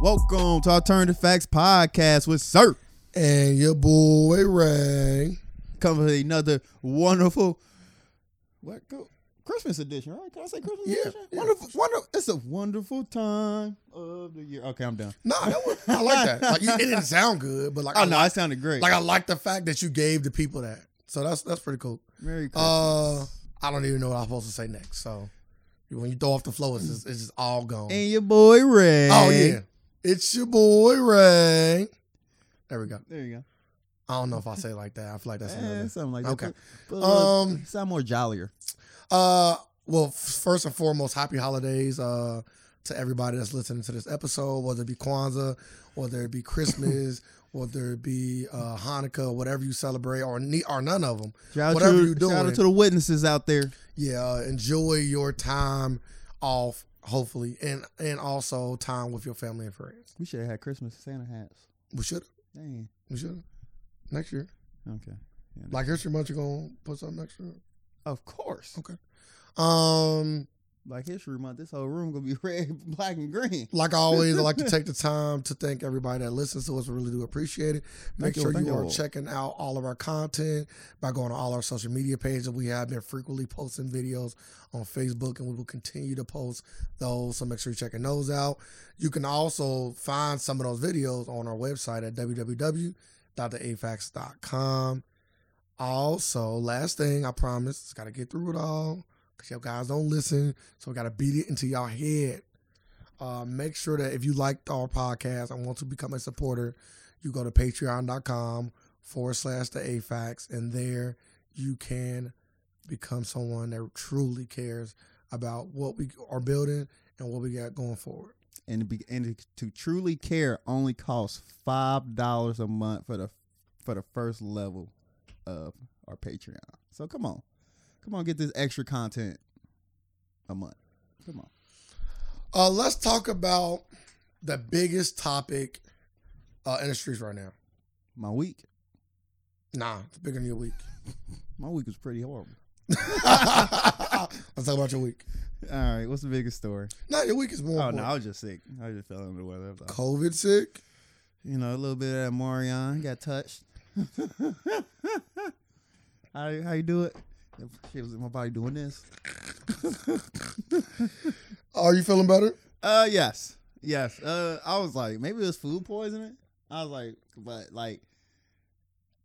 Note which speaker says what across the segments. Speaker 1: Welcome to Alternative Facts Podcast with Sir.
Speaker 2: And your boy Ray.
Speaker 1: Coming with another wonderful what go- Christmas edition, right? Can I say Christmas
Speaker 2: Yeah,
Speaker 1: edition?
Speaker 2: yeah.
Speaker 1: Wonderful, wonderful. It's a wonderful time of the year. Okay, I'm done.
Speaker 2: Nah, that was, I like that. Like you- it didn't sound good, but like
Speaker 1: Oh
Speaker 2: I
Speaker 1: no,
Speaker 2: like,
Speaker 1: I sounded great.
Speaker 2: like I like the fact that you gave the people that. So that's that's pretty cool.
Speaker 1: Merry Christmas.
Speaker 2: Uh, I don't even know what I'm supposed to say next. So when you throw off the flow, it's just, it's just all gone.
Speaker 1: and your boy Ray.
Speaker 2: Oh yeah, it's your boy Ray. There we go.
Speaker 1: There you go.
Speaker 2: I don't know if I say it like that. I feel like that's
Speaker 1: Eh,
Speaker 2: another.
Speaker 1: something like that.
Speaker 2: Okay.
Speaker 1: But, but,
Speaker 2: Um,
Speaker 1: sound more jollier.
Speaker 2: Uh, well, f- first and foremost, happy holidays uh, to everybody that's listening to this episode, whether it be Kwanzaa, whether it be Christmas, whether it be uh, Hanukkah, whatever you celebrate, or ne- or none of them.
Speaker 1: Shout out
Speaker 2: whatever
Speaker 1: to-
Speaker 2: you
Speaker 1: Shout out
Speaker 2: doing.
Speaker 1: to the witnesses out there.
Speaker 2: Yeah, uh, enjoy your time off, hopefully, and and also time with your family and friends.
Speaker 1: We should have had Christmas Santa hats.
Speaker 2: We should,
Speaker 1: Dang.
Speaker 2: we should next year,
Speaker 1: Okay.
Speaker 2: like History Month, you gonna put something next year.
Speaker 1: Of course.
Speaker 2: Oh. Um,
Speaker 1: Like History Month, this whole room gonna be red, black, and green.
Speaker 2: Like always, I like to take the time to thank everybody that listens to us. We really do appreciate it.
Speaker 1: Thank
Speaker 2: Make
Speaker 1: you,
Speaker 2: sure
Speaker 1: thank
Speaker 2: you
Speaker 1: you
Speaker 2: are
Speaker 1: all.
Speaker 2: checking out all of our content by going to all our social media pages. We have been frequently posting videos on Facebook, and we will continue to post those. So make sure you're checking those out. You can also find some of those videos on our website at www.theafax.com. Also, last thing I promise, just gotta get through it all because y'all guys don't listen. So we gotta beat it into y'all head. Uh, make sure that if you liked our podcast and want to become a supporter, you go to patreon.com forward slash the AFAX, and there you can become someone that truly cares about what we are building and what we got going forward.
Speaker 1: And to, be, and to truly care only costs five dollars a month for the for the first level of our Patreon. So come on, come on, get this extra content a month. Come on.
Speaker 2: Uh, let's talk about the biggest topic uh, in the streets right now.
Speaker 1: My week,
Speaker 2: Nah, it's bigger than your week.
Speaker 1: my week was pretty horrible.
Speaker 2: let's talk about your week.
Speaker 1: All right, what's the biggest story?
Speaker 2: Nah, your week is
Speaker 1: Oh
Speaker 2: more.
Speaker 1: no,
Speaker 2: important.
Speaker 1: I was just sick. I just fell under the weather. I was-
Speaker 2: COVID sick.
Speaker 1: you know, a little bit of that Morion got touched. how how you do it? Shit was in my body doing this.
Speaker 2: Are you feeling better?
Speaker 1: Uh, yes, yes. Uh, I was like, maybe it was food poisoning. I was like, but like,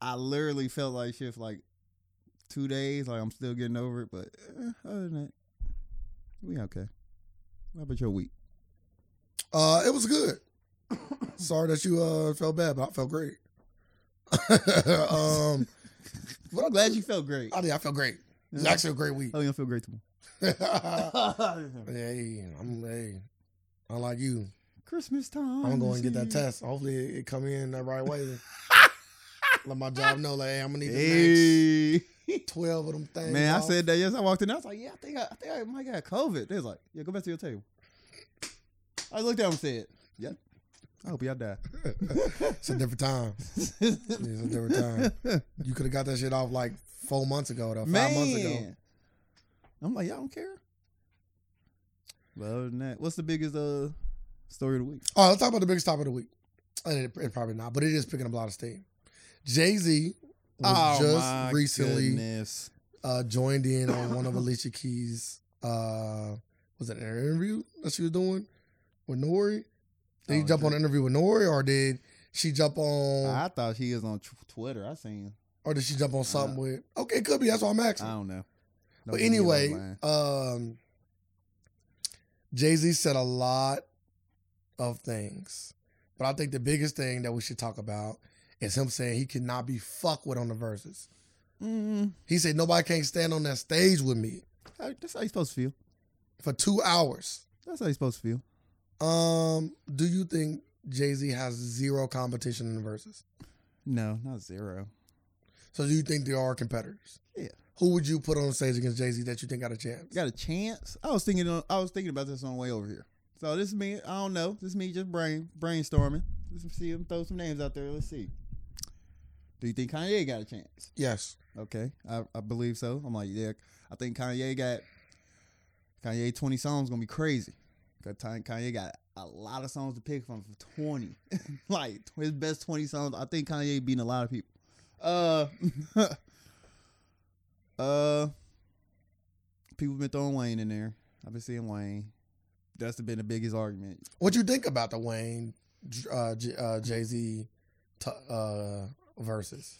Speaker 1: I literally felt like shit for like two days. Like I'm still getting over it, but eh, other than that, we okay. How about your week?
Speaker 2: Uh, it was good. Sorry that you uh felt bad, but I felt great. um,
Speaker 1: Well, I'm glad you felt great.
Speaker 2: I did. I felt great. It was actually a great week.
Speaker 1: oh, you don't feel great tomorrow.
Speaker 2: hey, I'm hey. I like you.
Speaker 1: Christmas time.
Speaker 2: I'm going
Speaker 1: is
Speaker 2: to get that
Speaker 1: here.
Speaker 2: test. Hopefully, it, it come in the right way. Let my job know, like, hey, I'm gonna need the
Speaker 1: Hey.
Speaker 2: next twelve of them things.
Speaker 1: Man, I
Speaker 2: off.
Speaker 1: said that. Yes, I walked in. I was like, "Yeah, I think I, I think I might got COVID." They was like, "Yeah, go back to your table." I looked at him and said, "Yeah, I hope y'all die."
Speaker 2: it's a different time. It's a different time. You could have got that shit off like four months ago, though, five
Speaker 1: Man,
Speaker 2: months ago.
Speaker 1: I'm like, y'all don't care. But other than that, what's the biggest uh story of the week?
Speaker 2: All right, Oh, let's talk about the biggest topic of the week. And it, it probably not, but it is picking up a lot of steam. Jay Z was Oh, just recently
Speaker 1: Oh goodness.
Speaker 2: uh, joined in on one of Alicia Keys' uh, was it an interview that she was doing with Nori? Did he
Speaker 1: Oh,
Speaker 2: jump
Speaker 1: yeah.
Speaker 2: on an interview with Nori, or did she jump on,
Speaker 1: I thought she was on tw- Twitter. I seen.
Speaker 2: or did she jump on something with? Okay, it could be. That's why I'm
Speaker 1: I
Speaker 2: asking.
Speaker 1: don't know.
Speaker 2: But
Speaker 1: Nobody
Speaker 2: anyway,
Speaker 1: online.
Speaker 2: um, Jay Z said a lot of things, but I think the biggest thing that we should talk about is him saying he cannot be fucked with on the verses.
Speaker 1: Mm,
Speaker 2: He said nobody can't stand on that stage with me
Speaker 1: how- that's how you supposed to feel.
Speaker 2: for two hours.
Speaker 1: That's how you supposed to feel.
Speaker 2: Um, do you think Jay Z has zero competition in the verses?
Speaker 1: No, not zero.
Speaker 2: So do you think there are competitors?
Speaker 1: Yeah.
Speaker 2: Who would you put on stage against Jay Z that you think got a chance?
Speaker 1: got a chance. I was thinking. On, I was thinking about this on the way over here. So this is me. I don't know. This is me just brain brainstorming. Let's see him throw some names out there. Let's see. Do you think Kanye got a chance?
Speaker 2: Yes.
Speaker 1: Okay, I, I believe so. I'm like, yeah. I think Kanye got Kanye 20 songs gonna be crazy. Got time- Kanye got a lot of songs to pick from for 20. like his best 20 songs. I think Kanye beating a lot of people. Uh uh people been throwing Wayne in there. I've been seeing Wayne. That's been the biggest argument.
Speaker 2: What you think about the Wayne uh, J- uh, Jay Z t- uh, verses?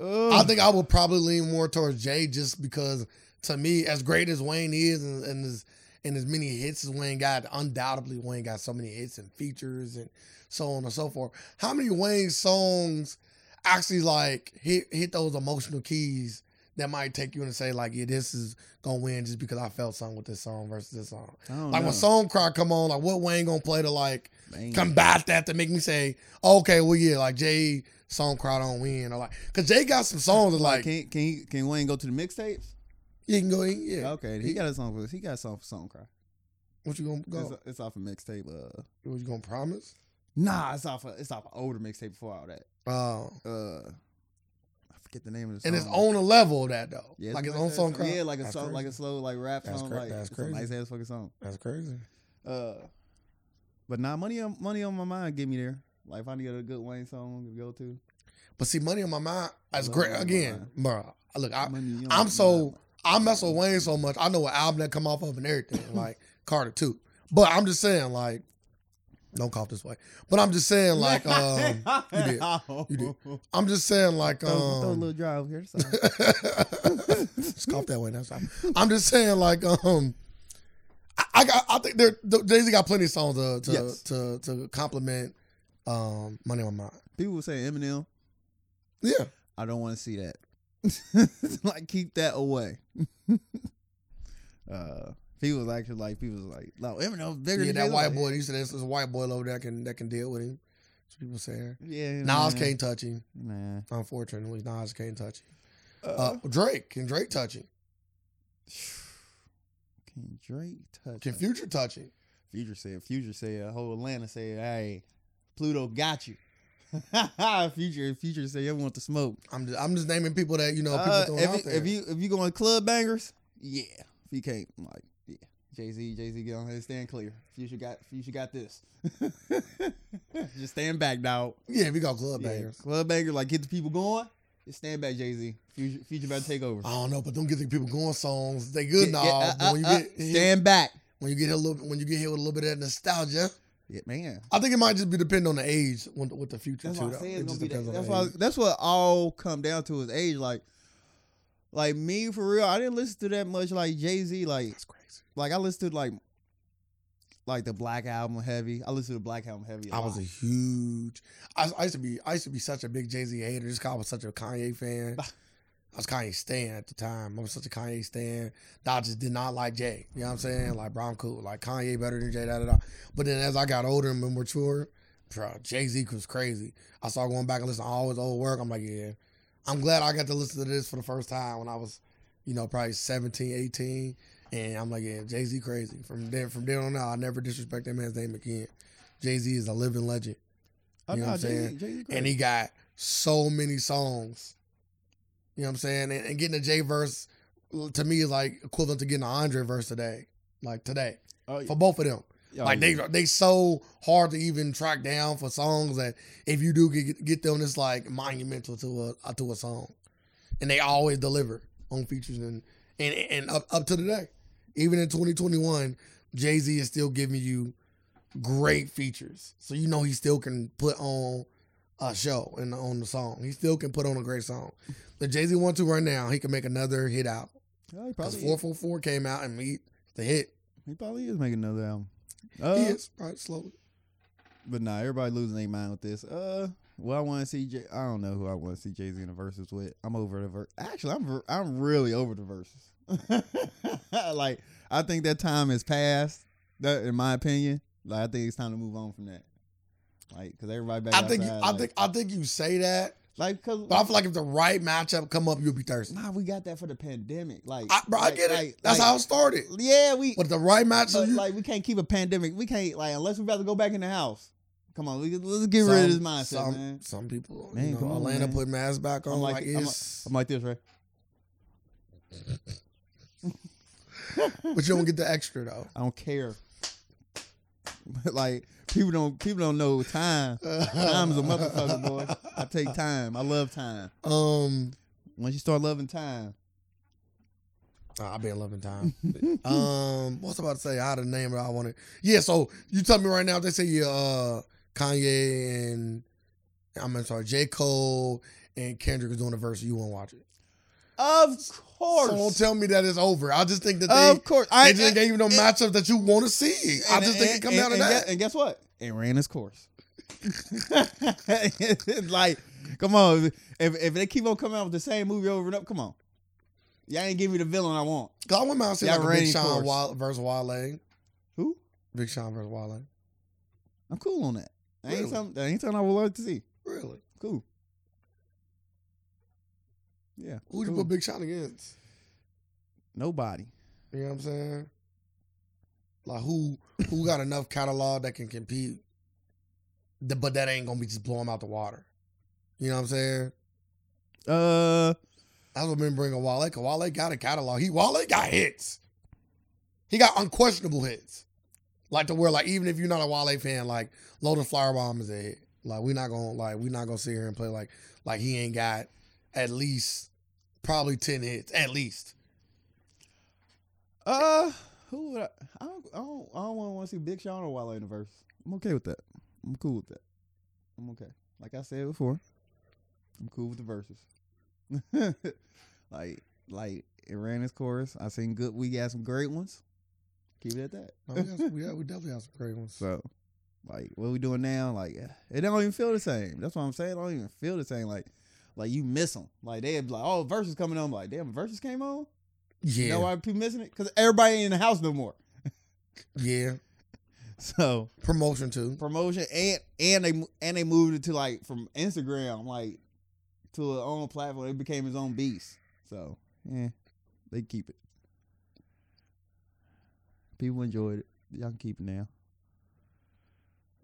Speaker 2: I think I would probably lean more towards Jay just because to me, as great as Wayne is and, and as and as many hits as Wayne got, undoubtedly Wayne got so many hits and features and so on and so forth. How many Wayne songs actually like hit hit those emotional keys that might take you and say like, yeah, this is gonna win just because I felt something with this song versus this song.
Speaker 1: I don't
Speaker 2: Like
Speaker 1: know.
Speaker 2: when Song Cry come on, like what Wayne gonna play to like
Speaker 1: Wayne.
Speaker 2: combat that to make me say, okay, well yeah, like Jay song cry don't win or like, cause Jay got some songs that like,
Speaker 1: can can he, can Wayne go to the mixtapes?
Speaker 2: you can go, in, yeah,
Speaker 1: Okay, he got a song for he got a song for Song Cry.
Speaker 2: what you gonna go?
Speaker 1: It's, it's off a mixtape. Uh,
Speaker 2: what you gonna promise?
Speaker 1: nah, it's off a, it's off an older mixtape before all that.
Speaker 2: Oh,
Speaker 1: Uh, I forget the name of the song.
Speaker 2: and it's on a level of that though,
Speaker 1: Uh-huh. Yeah, it's
Speaker 2: like
Speaker 1: a
Speaker 2: his own
Speaker 1: nice-ass
Speaker 2: song cry.
Speaker 1: Yeah, like a
Speaker 2: That's
Speaker 1: song, like a
Speaker 2: crazy.
Speaker 1: slow like rap
Speaker 2: That's
Speaker 1: song.
Speaker 2: cra-
Speaker 1: like
Speaker 2: that's
Speaker 1: it's a nice
Speaker 2: crazy.
Speaker 1: ass fucking song.
Speaker 2: That's crazy.
Speaker 1: Uh, but nah, money on money on my mind. Get me there. Like if I need a good Wayne song to go to.
Speaker 2: But see, money on my mind. That's
Speaker 1: Money
Speaker 2: great.
Speaker 1: on My
Speaker 2: Again,
Speaker 1: Mind.
Speaker 2: bro. Look, I,
Speaker 1: Money on
Speaker 2: I'm
Speaker 1: My
Speaker 2: so-
Speaker 1: Mind.
Speaker 2: I mess with Wayne so much. I know what album that come off of and everything, like Carter too. But I'm just saying, like, don't cough this way. But I'm just saying, like, um, you did. You did. I'm just saying, like,
Speaker 1: Throw, throw a
Speaker 2: um,
Speaker 1: little drive here. So.
Speaker 2: just cough that way. That's fine. I'm just saying, like, um, I, I got. I think there. Jay Z got plenty of songs to to
Speaker 1: Yes.
Speaker 2: to, to compliment. Um, money on my mind.
Speaker 1: People would say Eminem.
Speaker 2: Yeah,
Speaker 1: I don't want to see that. like keep that away. uh people was actually like people was like, no, Eminem's bigger
Speaker 2: yeah.
Speaker 1: than
Speaker 2: That
Speaker 1: Jay-Z."
Speaker 2: white boy. You said there's this white boy over there that can that can deal with him. That's what people saying.
Speaker 1: Yeah,
Speaker 2: Nas
Speaker 1: nah.
Speaker 2: can't touch him.
Speaker 1: Nah.
Speaker 2: Unfortunately, Nas can't touch him.
Speaker 1: Uh,
Speaker 2: Uh, Drake can Drake touch him?
Speaker 1: can Drake touch
Speaker 2: Can
Speaker 1: us?
Speaker 2: Future touch him?
Speaker 1: Future said, Future said, whole Atlanta said, hey, Pluto got you. future, Future said, you want the smoke.
Speaker 2: I'm just I'm just naming people that you know people
Speaker 1: Uh,
Speaker 2: throwing out
Speaker 1: if, you,
Speaker 2: there.
Speaker 1: if you if you going club bangers, yeah. If you can't, I'm like, yeah. Jay Z, Jay Z, get on here, stand clear. Future got, Future got this. just stand back, dog.
Speaker 2: yeah, we got club
Speaker 1: Yeah,
Speaker 2: bangers.
Speaker 1: Club banger, like get the people going. Just stand back, Jay Z. Future, Future about to take over.
Speaker 2: I don't know, but don't get the people going songs. They Ah, good
Speaker 1: Get-
Speaker 2: now.
Speaker 1: get- uh,
Speaker 2: but when you
Speaker 1: uh,
Speaker 2: get
Speaker 1: uh,
Speaker 2: hit,
Speaker 1: stand back.
Speaker 2: when you get hit a little, when you get hit with a little bit of that nostalgia,
Speaker 1: Yeah, man.
Speaker 2: I think it might just be depend on the age with, with the future
Speaker 1: That's
Speaker 2: too.
Speaker 1: what I
Speaker 2: though.
Speaker 1: say
Speaker 2: It
Speaker 1: it's gonna
Speaker 2: just
Speaker 1: be
Speaker 2: depends
Speaker 1: that.
Speaker 2: on
Speaker 1: That's
Speaker 2: the
Speaker 1: why.
Speaker 2: age.
Speaker 1: That's what all come down to is age. Like, like me for real. I didn't listen to that much. Like Jay Z. Like,
Speaker 2: That's crazy.
Speaker 1: like I listened to like, like the Black album heavy. I listened to the Black album heavy. I
Speaker 2: I was a huge. I, I used to be. I used to be such a big Jay Z hater just 'cause I was such a Kanye fan. I was Kanye stan at the time. I was such a Kanye stan. that I just did not like Jay. You know what I'm saying? Like, bro, I'm cool. Like Kanye better than Jay. Da da da. But then as I got older and more mature, bro, Jay Z was crazy. I started going back and listening to all his old work. I'm like, yeah, I'm glad I got to listen to this for the first time when I was, you know, probably 17, 18. And I'm like, yeah, Jay Z crazy. From then, from then on out, I never disrespect that man's name again. Jay Z is a living legend,
Speaker 1: Oh,
Speaker 2: you know
Speaker 1: no,
Speaker 2: what I'm
Speaker 1: Jay-Z-
Speaker 2: saying?
Speaker 1: Jay-Z
Speaker 2: and
Speaker 1: great.
Speaker 2: he got so many songs. You know what I'm saying? And, and getting a Jay verse to me is like equivalent to getting an Andre verse today, like today
Speaker 1: Oh, yeah.
Speaker 2: for both of them.
Speaker 1: Oh,
Speaker 2: like
Speaker 1: yeah.
Speaker 2: they they so hard to even track down for songs that if you do get get them, it's like monumental to a uh, to a song, and they always deliver on features and and and up up to today, even in 2021, Jay Z is still giving you great features, so you know he still can put on a show and on the song. He still can put on a great song. If Jay Z wants to right now, he can make another hit out
Speaker 1: Oh, he
Speaker 2: because
Speaker 1: probably.
Speaker 2: four four four came out and meet the hit.
Speaker 1: he probably is making another album. Uh,
Speaker 2: he is probably slowly.
Speaker 1: But nah, everybody losing their mind with this. Uh, well, I want to see. Jay- I don't know who I want to see Jay Z in the verses with. I'm over the verse. Actually, I'm ver- I'm really over the verses. like I think that time has passed. That, in my opinion, like I think it's time to move on from that. Like, cause everybody back.
Speaker 2: I think you,
Speaker 1: outside,
Speaker 2: I
Speaker 1: like-
Speaker 2: think I think you say that,
Speaker 1: like, cause
Speaker 2: but I feel like if the right matchup come up, you'll be thirsty.
Speaker 1: nah, we got that for the pandemic. Like,
Speaker 2: I, bro, I
Speaker 1: like-
Speaker 2: get it.
Speaker 1: like-
Speaker 2: That's
Speaker 1: like-
Speaker 2: how it started.
Speaker 1: Yeah, we.
Speaker 2: But the right matchup,
Speaker 1: But,
Speaker 2: you,
Speaker 1: like we can't keep a pandemic. We can't like unless we about to go back in the house. Come on, we, let's get rid of this mindset,
Speaker 2: some,
Speaker 1: man.
Speaker 2: Some people,
Speaker 1: Man,
Speaker 2: you
Speaker 1: come
Speaker 2: know,
Speaker 1: on,
Speaker 2: Atlanta
Speaker 1: man.
Speaker 2: put masks back on.
Speaker 1: I'm like-
Speaker 2: like,
Speaker 1: I'm
Speaker 2: it's,
Speaker 1: I'm like this, right?
Speaker 2: but you don't get the extra though.
Speaker 1: I don't care. like people don't people don't know time. Time's a motherfucker, boy. I take time. I love time.
Speaker 2: Um,
Speaker 1: Once you start loving time,
Speaker 2: I've been loving time. um, what's I about to say? I had a name that I wanted. Yeah, so you tell me right now. They say yeah, uh, Kanye and I'm sorry, J Cole and Kendrick is doing a verse. You won't watch it.
Speaker 1: of
Speaker 2: So don't
Speaker 1: course,
Speaker 2: tell me that it's over. I just think that they
Speaker 1: of course, I
Speaker 2: they just gave you no matchup that you want to see. I
Speaker 1: and-
Speaker 2: just think
Speaker 1: and-
Speaker 2: it comes
Speaker 1: and-
Speaker 2: down to
Speaker 1: and
Speaker 2: that.
Speaker 1: guess- and guess what? It ran its course. It's like, come on. If if they keep on coming out with the same movie over and up, come on. Y'all ain't give me the villain I want.
Speaker 2: Cause I went out and seen
Speaker 1: Yeah,
Speaker 2: like a Big
Speaker 1: Rain
Speaker 2: Sean
Speaker 1: Force.
Speaker 2: Wale versus Wale.
Speaker 1: Who?
Speaker 2: Big Sean versus Wale.
Speaker 1: I'm cool on that. That ain't
Speaker 2: Really?
Speaker 1: something. That ain't something I would like to see.
Speaker 2: Really?
Speaker 1: Cool. Yeah.
Speaker 2: Who'd you
Speaker 1: cool.
Speaker 2: put Big Sean against?
Speaker 1: Nobody.
Speaker 2: You know what I'm saying? Like who who got enough catalog that can compete? Th- But that ain't gonna be just blowing out the water. You know what I'm saying?
Speaker 1: Uh,
Speaker 2: That's what been bringing Wale. Cause Wale got a catalog. He Wale got hits. He got unquestionable hits. Like to where like even if you're not a Wale fan, like Loaded Flower Bomb is a hit. Like we're not gonna like we're not gonna sit here and play like like he ain't got at least probably ten hits at least.
Speaker 1: uh, who would I? I don't. I don't, I don't want to see Big Sean or Wale in the verse. I'm okay with that. I'm cool with that. I'm okay. Like I said before, I'm cool with the verses. like, like it ran its course. I seen good. We got some great ones. Keep it at that.
Speaker 2: No, we, got some, we, got, we definitely have some great ones.
Speaker 1: So, like, what we doing now? Like, it don't even feel the same. That's what I'm saying. It don't even feel the same. Like, like you miss them. Like they be like, oh, verses coming on. I'm like, damn, verses came on.
Speaker 2: yeah,
Speaker 1: You know why people missing it? Because everybody ain't in the house no more.
Speaker 2: yeah.
Speaker 1: So
Speaker 2: Promotion too.
Speaker 1: promotion and and they and they moved it to like from Instagram like to a own platform. It became his own beast. So yeah, they keep it. People enjoyed it. Y'all can keep it now.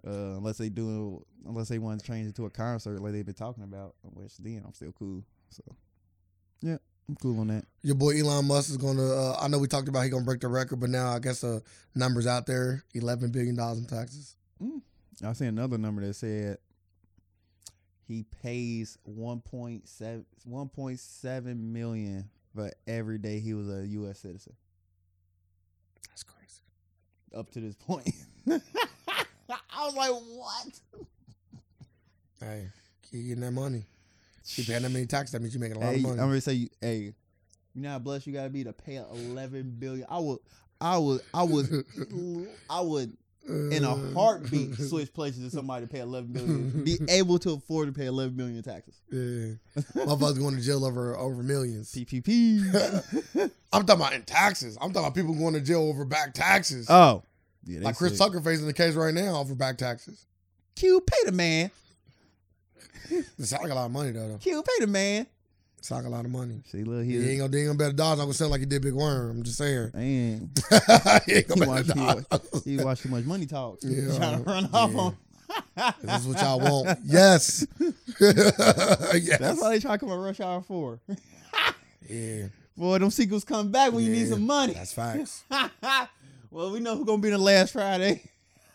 Speaker 1: Uh, unless they do, unless they want to change it to a concert like they've been talking about, which then I'm still cool. So yeah, I'm cool on that.
Speaker 2: Your boy Elon Musk is gonna. Uh, I know we talked about he gonna break the record, but now I guess the uh, numbers out there eleven billion dollars in taxes.
Speaker 1: I see another number that said he pays 1.7 1.7 million for every day he was a US citizen
Speaker 2: That's crazy.
Speaker 1: up to this point. I was like, "What?"
Speaker 2: Hey, keep getting that money. Keep paying that many taxes. That means you're making a lot
Speaker 1: Hey,
Speaker 2: of
Speaker 1: I'm
Speaker 2: money.
Speaker 1: gonna say, you, hey, you know how blessed you gotta be to pay 11 billion. I would, I would, I would, I would in a
Speaker 2: Uh,
Speaker 1: heartbeat switch places to somebody to pay 11 billion, be able to afford to pay 11 million in taxes.
Speaker 2: yeah. Motherfuckers going to jail over over millions.
Speaker 1: PPP.
Speaker 2: I'm talking about in taxes. I'm talking about people going to jail over back taxes.
Speaker 1: oh, yeah, they
Speaker 2: like Chris
Speaker 1: said-
Speaker 2: Tucker facing the case right now over back taxes.
Speaker 1: Q pay the man.
Speaker 2: It sounds like a lot of money though. though.
Speaker 1: Q pay the man.
Speaker 2: It sounds like a lot of money.
Speaker 1: See, look
Speaker 2: He ain't
Speaker 1: here.
Speaker 2: gonna, he ain't gonna bet a dollar. I'm gonna sound like he did Big Worm. I'm just saying.
Speaker 1: Man,
Speaker 2: he ain't
Speaker 1: He
Speaker 2: gonna bet a
Speaker 1: watch-
Speaker 2: dollar.
Speaker 1: he watch too much money talk.
Speaker 2: Yeah. uh,
Speaker 1: Trying to run
Speaker 2: Yeah.
Speaker 1: off on.
Speaker 2: This is what y'all want. Yes. yes.
Speaker 1: That's why they try to come at rush hour four.
Speaker 2: yeah.
Speaker 1: Boy, them sequels come back when you need
Speaker 2: Yeah.
Speaker 1: some money.
Speaker 2: That's facts.
Speaker 1: well, we know who's gonna be the last Friday.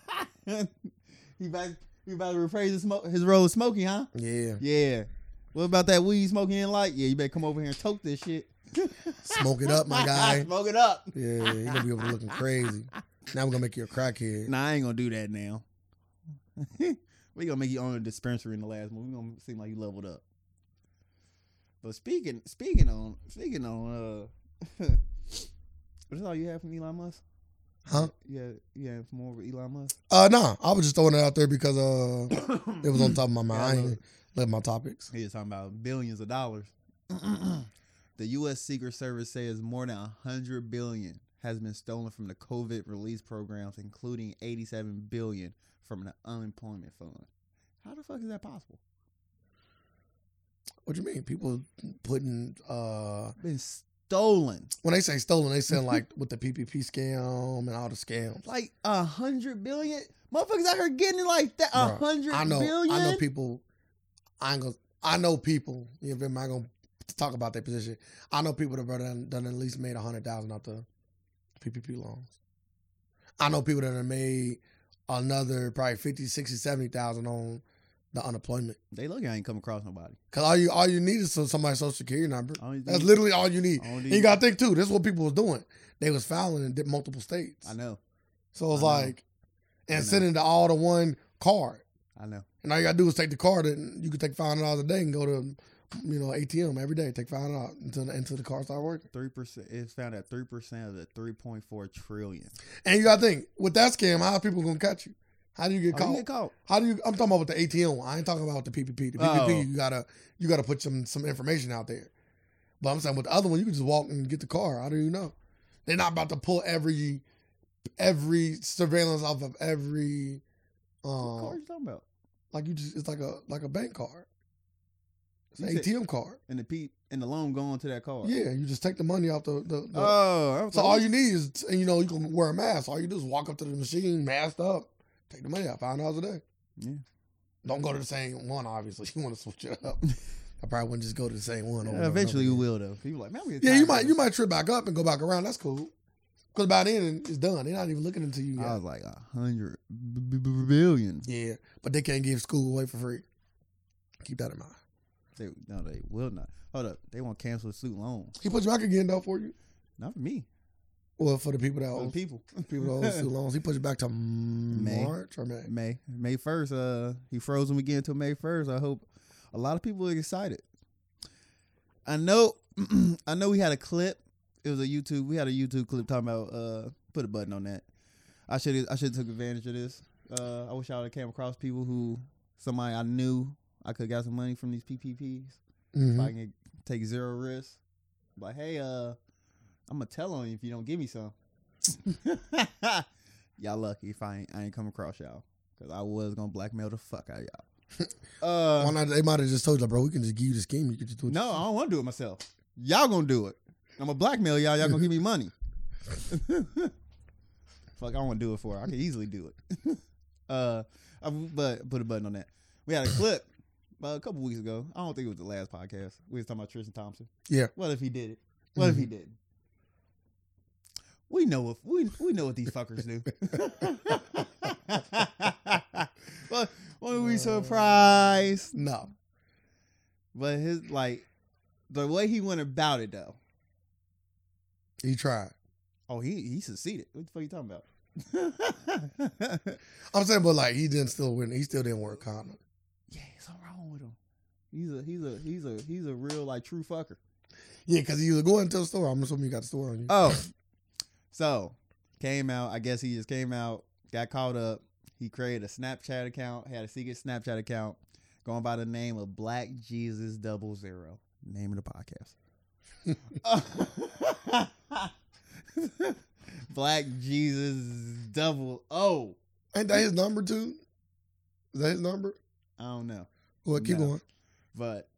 Speaker 1: he about he about to rephrase his, smoke, his role as Smokey, huh?
Speaker 2: Yeah.
Speaker 1: Yeah. What about that weed smoking in light? Yeah, you better come over here and toke this shit.
Speaker 2: Smoke it up, my guy.
Speaker 1: Smoke it up.
Speaker 2: Yeah, you're gonna be over there looking crazy. Now we're gonna make you a crackhead.
Speaker 1: Nah, I ain't gonna do that now. we gonna make you own a dispensary in the last one. We gonna seem like you leveled up. But speaking speaking on speaking on uh that's all you have from Elon Musk?
Speaker 2: Huh?
Speaker 1: Yeah, yeah, some more with Elon Musk.
Speaker 2: Uh nah. I was just throwing it out there because uh it was on top of my mind.
Speaker 1: Yeah, I
Speaker 2: I
Speaker 1: know.
Speaker 2: ain't let my topics.
Speaker 1: He was talking about billions of dollars. the U.S. Secret Service says more than 100 billion has been stolen from the COVID release programs, including 87 billion from the unemployment fund. How the fuck is that possible?
Speaker 2: What you mean? People putting uh
Speaker 1: Been stolen
Speaker 2: when they say stolen, they saying like with the PPP scam and all the scams.
Speaker 1: like a hundred billion motherfuckers out here getting it like that. A
Speaker 2: Bruh,
Speaker 1: hundred
Speaker 2: I know,
Speaker 1: billion.
Speaker 2: I know people. I ain't gonna. I know people. You know, I'm not gonna talk about their position. I know people that have done, done at least made a hundred thousand off the PPP loans. I know people that have made another probably 50, 60, 70,000 on the unemployment.
Speaker 1: They lucky I ain't come across nobody.
Speaker 2: Cause all you all you need is some- somebody's social security number.
Speaker 1: I don't
Speaker 2: That's
Speaker 1: think-
Speaker 2: literally all you need.
Speaker 1: I don't
Speaker 2: And you
Speaker 1: think-
Speaker 2: gotta think too. This is what people was doing. They was filing in di- multiple states.
Speaker 1: I know.
Speaker 2: So
Speaker 1: I
Speaker 2: it's
Speaker 1: know.
Speaker 2: like,
Speaker 1: I
Speaker 2: and
Speaker 1: know.
Speaker 2: sending the all to one card.
Speaker 1: I know.
Speaker 2: And all you gotta do is take the card, and you can take five hundred dollars a day and go to, you know, ATM every day. Take five hundred dollars until the, until the card start working.
Speaker 1: Three percent. It's found at three percent of the three point four trillion.
Speaker 2: And you gotta think with that scam, how are people gonna catch you? How do you get
Speaker 1: Oh,
Speaker 2: caught?
Speaker 1: you get caught.
Speaker 2: How do you? I'm talking about with the ATM. one. I ain't talking about the PPP. The PPP,
Speaker 1: Oh.
Speaker 2: you gotta you gotta put some some information out there. But I'm saying with the other one, you can just walk and get the car. How do you know? They're not about to pull every every surveillance off of every
Speaker 1: What card
Speaker 2: um
Speaker 1: you talking about?
Speaker 2: like you just it's like a like a bank card. It's an
Speaker 1: You said-
Speaker 2: ATM card.
Speaker 1: And the peep and the loan going to that card.
Speaker 2: Yeah, you just take the money off the, the, the
Speaker 1: Oh, I was
Speaker 2: so
Speaker 1: like,
Speaker 2: all you need is and you know you can wear a mask. All you do is walk up to the machine, masked up, take the money out, five dollars a day.
Speaker 1: Yeah.
Speaker 2: Don't go to the same one. Obviously, you want to switch it up. I probably wouldn't just go to the same one. over
Speaker 1: Yeah,
Speaker 2: and over
Speaker 1: eventually you
Speaker 2: again.
Speaker 1: will though. People like, man, we
Speaker 2: Yeah, you might you might trip back up and go back around. That's cool. Cause by then it's done. They're not even looking into you.
Speaker 1: I
Speaker 2: Guys.
Speaker 1: was like a hundred b- b- billion.
Speaker 2: Yeah, but they can't give school away for free. Keep that in mind.
Speaker 1: They, no, they will not. Hold up, they want to cancel the student loan.
Speaker 2: He put you back again though for you.
Speaker 1: Not for me,
Speaker 2: Well, for the people that
Speaker 1: for the
Speaker 2: own
Speaker 1: people.
Speaker 2: people that own student loans, he put you back to Mm,
Speaker 1: May.
Speaker 2: March or May.
Speaker 1: May May first. Uh, he froze them again till May first. I hope a lot of people are excited. I know. I know we had a clip. It was a YouTube. We had a YouTube clip talking about. Uh, put a button on that. I should. I should have took advantage of this. Uh, I wish I would have came across people who somebody I knew I could have got some money from these PPPs.
Speaker 2: Mhm.
Speaker 1: If I can take zero risk. But hey, uh, I'm gonna tell on you if you don't give me some. y'all lucky if I ain't, I ain't come across y'all because I was gonna blackmail the fuck out of y'all.
Speaker 2: Why
Speaker 1: Uh,
Speaker 2: not? They might have just told you, like, bro, we can just give you the scheme. You can just do it.
Speaker 1: no, I don't want to do it myself. Y'all gonna do it. I'm gonna blackmail y'all. Y'all gonna give me money. fuck, I want to do it for. Her. I can easily do it. uh, I, but put a button on that. We had a clip. Uh, a couple weeks ago, I don't think it was the last podcast. We was talking about Tristan Thompson.
Speaker 2: Yeah. Mm-hmm.
Speaker 1: What if he did it? What if he didn't? We know if we we know what these fuckers do. well, why
Speaker 2: Uh,
Speaker 1: are we surprised?
Speaker 2: No.
Speaker 1: But his like the way he went about it though.
Speaker 2: He tried.
Speaker 1: Oh, he he succeeded. What the fuck you talking about?
Speaker 2: I'm saying, but like, he didn't still win. He still didn't work condom.
Speaker 1: yeah, something wrong with him. He's a he's a he's a he's a real like true fucker.
Speaker 2: Yeah, because he was going to the store. I'm assuming you got the store on you.
Speaker 1: Oh, so came out. I guess he just came out, got caught up. He created a Snapchat account, had a secret Snapchat account, going by the name of Black Jesus Double Zero. Name of the podcast. Black Jesus Double oh, O.
Speaker 2: Ain't that his number, too? Is that his number?
Speaker 1: I don't know,
Speaker 2: Well, keep
Speaker 1: No.
Speaker 2: going.
Speaker 1: but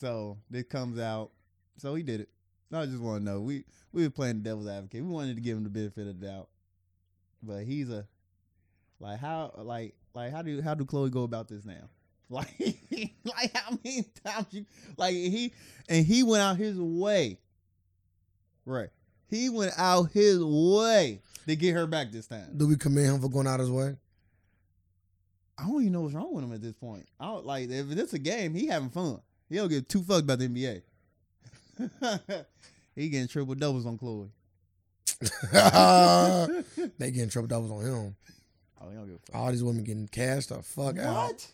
Speaker 1: so this comes out. So he did it. I just want to know. We we were playing the devil's advocate. We wanted to give him the benefit of the doubt, but he's a like how like like how do how do Chloe go about this now? Like like how many times you like he and he went out his way. Right, he went out his way to get her back this time.
Speaker 2: Do we commend him for going out his way?
Speaker 1: I don't even know what's wrong with him at this point. I don't like if it's a game, he having fun. He don't give two fucks about the NBA. he getting triple doubles on Chloe.
Speaker 2: Uh, they getting triple doubles on him.
Speaker 1: Oh, he don't give a fuck.
Speaker 2: All these women getting cashed the fuck out.
Speaker 1: What?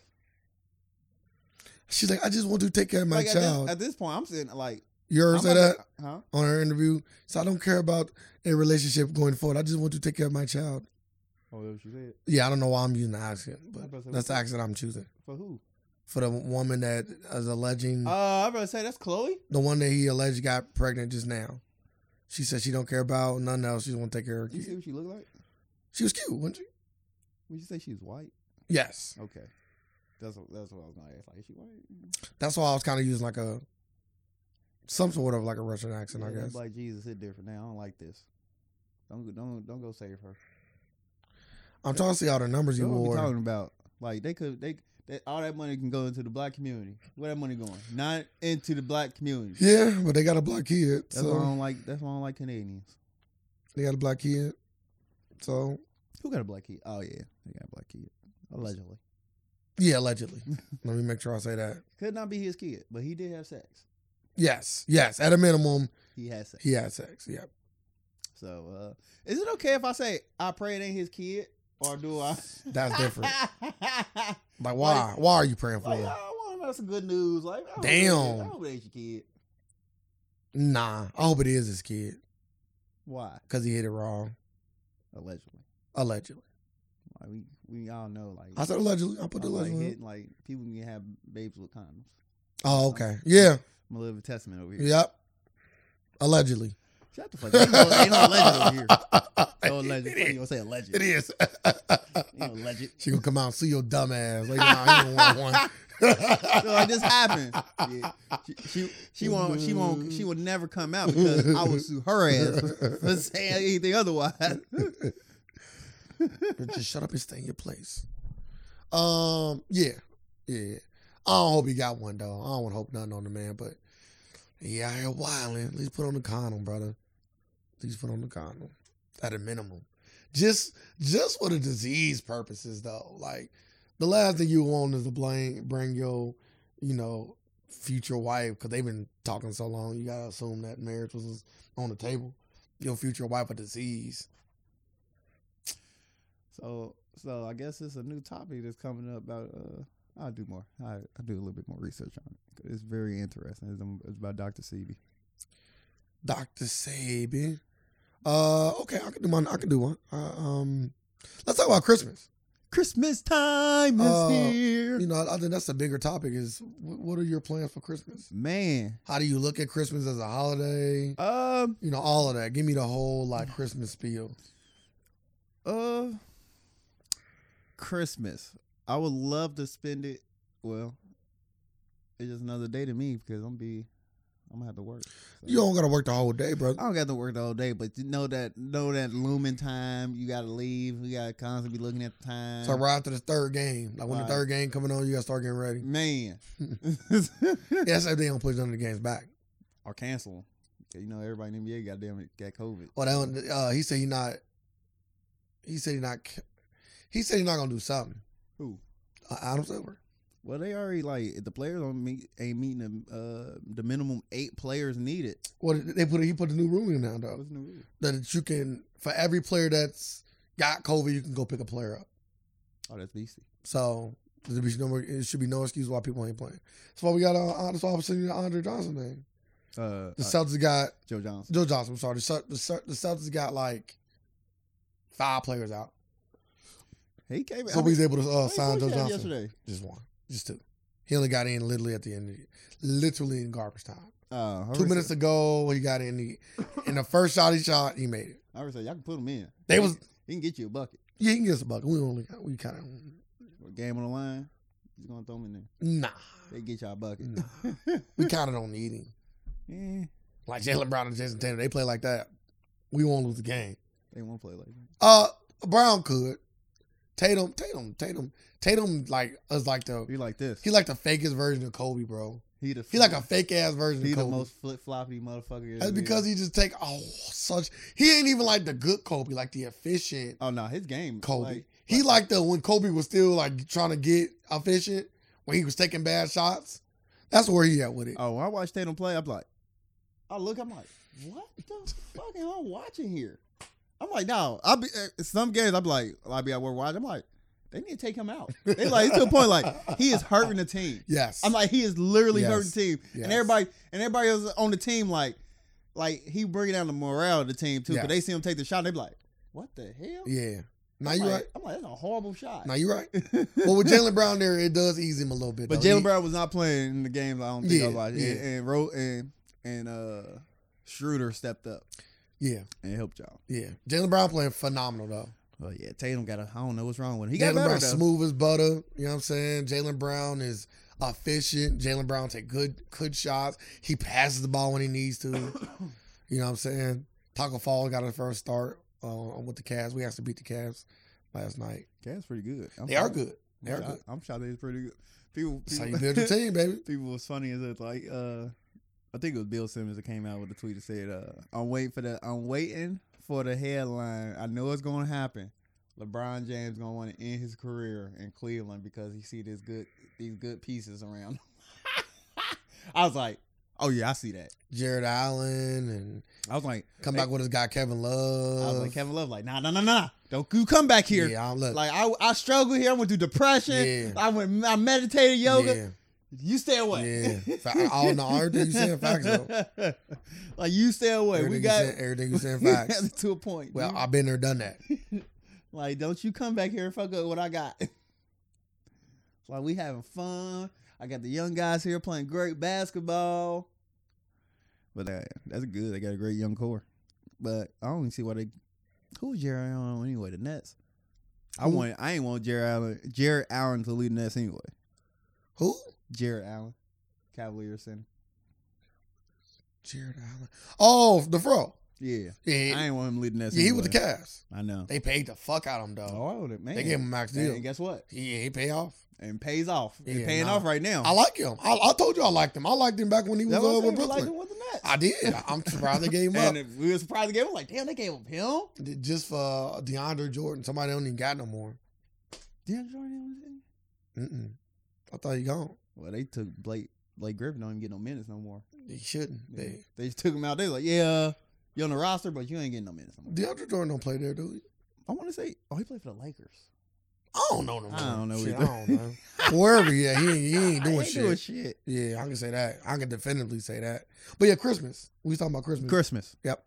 Speaker 2: She's like, I just want to take care of my
Speaker 1: Like, at,
Speaker 2: child.
Speaker 1: this, at this point, I'm sitting like,
Speaker 2: you heard her
Speaker 1: I'm
Speaker 2: say that
Speaker 1: about to- huh?
Speaker 2: on her interview? So I don't care about a relationship going forward. I just want to take care of my child.
Speaker 1: Oh, that what you said.
Speaker 2: Yeah, I don't know why I'm using the accent,
Speaker 1: I'm about to
Speaker 2: but
Speaker 1: say,
Speaker 2: that's the
Speaker 1: what-
Speaker 2: accent I'm choosing
Speaker 1: For who?
Speaker 2: for the woman that is alleging
Speaker 1: Uh, I'm about to say that's Chloe.
Speaker 2: the one that he alleged got pregnant just now. She said she don't care about nothing else. She just want to take care of her
Speaker 1: You see
Speaker 2: kid.
Speaker 1: what she look like?
Speaker 2: She was cute, wasn't she?
Speaker 1: Would you say she's white?
Speaker 2: Yes,
Speaker 1: Okay, that's what, that's what I was gonna ask. Like, is she white?
Speaker 2: that's why I was kind of using like a some sort of like a Russian accent, I
Speaker 1: Yeah,
Speaker 2: guess.
Speaker 1: Like Jesus, it different now. I don't like this. Don't go- don't don't go save her.
Speaker 2: I'm trying to see all the numbers he
Speaker 1: That's what we
Speaker 2: wore.
Speaker 1: talking about. Like they could they that all that money can go into the black community. Where that money going? Not into the black community.
Speaker 2: Yeah, but they got a black kid,
Speaker 1: That's why I
Speaker 2: so
Speaker 1: don't like. That's why I don't like Canadians.
Speaker 2: they got a black kid. So
Speaker 1: Who got a black kid? Oh yeah, he got a black kid. Allegedly,
Speaker 2: Yeah, allegedly. Let me make sure I say that.
Speaker 1: could not be his kid, but he did have sex.
Speaker 2: Yes, yes. At a minimum,
Speaker 1: He had sex.
Speaker 2: he had sex. Yep.
Speaker 1: So, uh, is it okay if I say I pray it ain't his kid, or do I?
Speaker 2: That's different.
Speaker 1: like,
Speaker 2: Like, why? Why are you praying for
Speaker 1: I
Speaker 2: him?
Speaker 1: want to know some good news. Like, I hope it
Speaker 2: Damn.
Speaker 1: ain't- I hope it ain't your kid.
Speaker 2: Nah. I hope it is his kid
Speaker 1: Why?
Speaker 2: because he hit it wrong,
Speaker 1: Allegedly,
Speaker 2: allegedly.
Speaker 1: like we we all know. Like
Speaker 2: I said allegedly. I put the
Speaker 1: I'm, like,
Speaker 2: allegedly. in.
Speaker 1: hitting, like people can have babes with condoms.
Speaker 2: Oh, okay. Yeah.
Speaker 1: I'm a living testament over here.
Speaker 2: Yep. Allegedly.
Speaker 1: Shut the fuck up. Ain't no, ain't no legend over here. No legend. Fuck
Speaker 2: It
Speaker 1: You
Speaker 2: is.
Speaker 1: gonna say a legend?
Speaker 2: It is.
Speaker 1: Ain't no legend.
Speaker 2: she gonna come out and see your dumb ass. Like, nah, you don't want one.
Speaker 1: So like this happened. Yeah. She, she she won't she won't she will never come out because I will sue her ass for, for saying anything otherwise.
Speaker 2: But just shut up and stay in your place. Um, yeah, yeah. I don't hope he got one though. I don't want to hope nothing on the man, but yeah, I ain't wilding. At least put on the condom, brother. At least put on the condom at a minimum. Just, just for the disease purposes though. Like the last thing you want is to blame, bring your, you know, future wife because they've been talking so long. You gotta assume that marriage was on the table. Your future wife a disease.
Speaker 1: So so I guess it's a new topic that's coming up about uh I'll do more. I I do a little bit more research on it. 'Cause It's very interesting. It's, um, it's about Dr. Sebi.
Speaker 2: Dr. Saban. Uh, okay, I can do one. I can do one. Uh, um, let's talk about Christmas.
Speaker 1: Christmas time is
Speaker 2: Uh,
Speaker 1: here.
Speaker 2: You know, I I think that's the bigger topic. Is wh- what are your plans for Christmas?
Speaker 1: Man.
Speaker 2: How do you look at Christmas as a holiday?
Speaker 1: Um
Speaker 2: You know, all of that. Give me the whole like Christmas spiel.
Speaker 1: Uh, Christmas. I would love to spend it. Well, it's just another day to me because I'm be, I'm gonna have to work. So,
Speaker 2: You don't gotta work the whole day, brother.
Speaker 1: I don't got to work the whole day, but you know that know that looming time. You gotta leave. We gotta constantly be looking at the time.
Speaker 2: So right after the third game, like when the
Speaker 1: Right.
Speaker 2: third game coming on, you gotta start getting ready.
Speaker 1: Man,
Speaker 2: Yes, if they don't push none of the games back.
Speaker 1: or cancel. 'em. You know everybody in the NBA goddamn it got COVID.
Speaker 2: Well, that one, uh, he said he not. He said he not. ca- He said he not gonna do something.
Speaker 1: Who?
Speaker 2: Uh, Adam Silver.
Speaker 1: Well, they already like the players don't meet ain't meeting the uh, the minimum eight players needed.
Speaker 2: Well, they put he put a new rule in now though
Speaker 1: What's the rule?
Speaker 2: that you can for every player that's got COVID, you can go pick a player up.
Speaker 1: Oh, that's beastie.
Speaker 2: So there be no more- it should be no excuse why people ain't playing. That's why we got uh, that's why I'm sending you the Andre Johnson thing.
Speaker 1: Uh,
Speaker 2: The
Speaker 1: uh,
Speaker 2: Celtics got
Speaker 1: Joe Johnson.
Speaker 2: Joe Johnson. I'm sorry. The, Cel- the, Cel- the Celtics got like five players out,
Speaker 1: He came.
Speaker 2: so
Speaker 1: I
Speaker 2: we
Speaker 1: mean,
Speaker 2: was able to uh,
Speaker 1: how many
Speaker 2: sign
Speaker 1: points
Speaker 2: Joe
Speaker 1: he had
Speaker 2: Johnson.
Speaker 1: yesterday.
Speaker 2: Just one, just two. He only got in literally at the end, of the, literally in garbage time.
Speaker 1: Uh,
Speaker 2: Two minutes to go, he got in. The, in the first shot he shot, he made it.
Speaker 1: I already said y'all can put him in.
Speaker 2: They was
Speaker 1: He can get you a bucket.
Speaker 2: Yeah, he can get us a bucket. We only got, we kind of
Speaker 1: Game on the line. He's gonna throw him in there.
Speaker 2: nah.
Speaker 1: They get y'all a bucket.
Speaker 2: Nah.
Speaker 1: Hmm.
Speaker 2: we kind of don't need him.
Speaker 1: Eh,
Speaker 2: Like Jalen Brown and Jason Tatum, they play like that. We won't lose the game.
Speaker 1: they won't play like that.
Speaker 2: Uh, Brown could. Tatum, Tatum, Tatum, Tatum. Like us, like the
Speaker 1: He like this.
Speaker 2: he like the fakest version of Kobe, bro.
Speaker 1: He the
Speaker 2: He like a fake ass version
Speaker 1: he
Speaker 2: of
Speaker 1: the
Speaker 2: Kobe.
Speaker 1: most flip floppy motherfucker. in
Speaker 2: That's
Speaker 1: the
Speaker 2: because
Speaker 1: league.
Speaker 2: he just take oh such. He ain't even like the good Kobe, like the efficient
Speaker 1: oh no, his game.
Speaker 2: Kobe.
Speaker 1: like-
Speaker 2: he like the when Kobe was still like trying to get efficient when he was taking bad shots. That's where he at with it.
Speaker 1: oh, when I watch Tatum play, I'm like, I look, I'm like, what the fuck am I watching here? I'm like, no, I'll be uh, some games. I'm like, I'll be at work watching. I'm like, they need to take him out. They like it's to a point like he is hurting the team.
Speaker 2: Yes.
Speaker 1: I'm like, he is literally
Speaker 2: Yes.
Speaker 1: hurting the team,
Speaker 2: Yes.
Speaker 1: and everybody and everybody else on the team like, like he bringing down the morale of the team too.
Speaker 2: Yeah.
Speaker 1: Cause they see him take the shot, they be like, "What the hell?"
Speaker 2: yeah. Now
Speaker 1: I'm
Speaker 2: you
Speaker 1: like,
Speaker 2: right.
Speaker 1: I'm like, that's a horrible shot.
Speaker 2: Now you right. well, with Jalen Brown there, it does ease him a little bit.
Speaker 1: but
Speaker 2: though.
Speaker 1: Jalen
Speaker 2: He-
Speaker 1: Brown was not playing in the games. I don't think
Speaker 2: Yeah,
Speaker 1: I was watching.
Speaker 2: yeah.
Speaker 1: And, and Ro- and and uh, Schroeder stepped up
Speaker 2: yeah,
Speaker 1: and helped y'all.
Speaker 2: yeah. Jalen Brown playing phenomenal though.
Speaker 1: Well, yeah, Tatum got. A, I don't know what's wrong with him. He got
Speaker 2: Jalen
Speaker 1: better
Speaker 2: Brown
Speaker 1: though.
Speaker 2: smooth as butter. You know what I'm saying? Jalen Brown is efficient. Jalen Brown take good good shots. He passes the ball when he needs to. you know what I'm saying? Taco Fall got his first start uh, with the Cavs. We actually beat the Cavs last night.
Speaker 1: That's pretty good. I'm
Speaker 2: They are
Speaker 1: shocked.
Speaker 2: good. They are
Speaker 1: I'm
Speaker 2: good.
Speaker 1: shocked- I'm shocked. They was pretty good. People.
Speaker 2: That's how
Speaker 1: people-
Speaker 2: you build your team, baby.
Speaker 1: people was funny as it's like uh I think it was Bill Simmons that came out with a tweet that said, uh, I'm waiting for the I'm waiting for the headline. I know it's gonna happen. LeBron James gonna want to end his career in Cleveland because he see this good these good pieces around. him. I was like, oh yeah, I see that.
Speaker 2: Jared Allen and
Speaker 1: I was like,
Speaker 2: come
Speaker 1: Hey.
Speaker 2: back with his guy Kevin Love.
Speaker 1: I was like Kevin Love, like nah nah nah nah, don't you come back here.
Speaker 2: Uh, Yeah, I'm look.
Speaker 1: Like I I struggle here. I went through depression.
Speaker 2: Yeah.
Speaker 1: I went I meditated yoga. You stay away.
Speaker 2: Yeah. Fa- all- no, everything you saying facts,
Speaker 1: though. like you stay away.
Speaker 2: everything
Speaker 1: we
Speaker 2: you
Speaker 1: got
Speaker 2: saying, everything you saying
Speaker 1: we
Speaker 2: facts.
Speaker 1: got to a point.
Speaker 2: well,
Speaker 1: dude.
Speaker 2: I've been there, done that.
Speaker 1: Like, don't you come back here and fuck up what I got. It's like we having fun. I got the young guys here playing great basketball. But uh, that's good. They got a great young core. But I don't even see why they. Who was Jared Allen on anyway? The Nets. I
Speaker 2: Who?
Speaker 1: want. I ain't want Jared Allen. Jared Allen to lead the Nets anyway.
Speaker 2: Who?
Speaker 1: Jared Allen, Cavalier center.
Speaker 2: Jared Allen. Oh, the fro.
Speaker 1: Yeah, I
Speaker 2: Yeah,
Speaker 1: ain't want him to lead the Nets.
Speaker 2: yeah he
Speaker 1: anyway.
Speaker 2: was the Cavs.
Speaker 1: I know.
Speaker 2: They paid the fuck out of him, though.
Speaker 1: oh, I would've- man.
Speaker 2: they gave him a max
Speaker 1: And
Speaker 2: deal.
Speaker 1: guess what?
Speaker 2: Yeah, he paid off.
Speaker 1: And pays off. It's
Speaker 2: Yeah,
Speaker 1: paying
Speaker 2: nah.
Speaker 1: off right now.
Speaker 2: I like him. I, I told you I liked him. I liked him back when he was
Speaker 1: That's what
Speaker 2: uh,
Speaker 1: I'm
Speaker 2: with
Speaker 1: saying. We liked
Speaker 2: Brooklyn.
Speaker 1: Oh. him with the Nets.
Speaker 2: I did. I- I'm surprised they gave him up.
Speaker 1: And if we were surprised again. We're like, damn, they gave him him.
Speaker 2: Just for uh, DeAndre Jordan, somebody don't even got no more.
Speaker 1: Damn, Jordan. was in?
Speaker 2: Mm-mm. I thought he gone.
Speaker 1: Well, they took Blake Blake Griffin. Don't even get no minutes no more.
Speaker 2: He shouldn't.
Speaker 1: They,
Speaker 2: They-
Speaker 1: they just took him out. They was like, yeah, you on the roster, but you ain't getting no minutes no more.
Speaker 2: DeAndre Jordan don't play there, do he?
Speaker 1: I want to say, oh, he played for the Lakers.
Speaker 2: I don't know no more.
Speaker 1: I don't know
Speaker 2: Shit,
Speaker 1: either.
Speaker 2: I don't know. Wherever he at, he ain't, he ain't doing
Speaker 1: They ain't
Speaker 2: shit.
Speaker 1: doing shit.
Speaker 2: Yeah, I can say that. I can definitively say that. But yeah, Christmas. We was talking about Christmas.
Speaker 1: Christmas.
Speaker 2: Yep.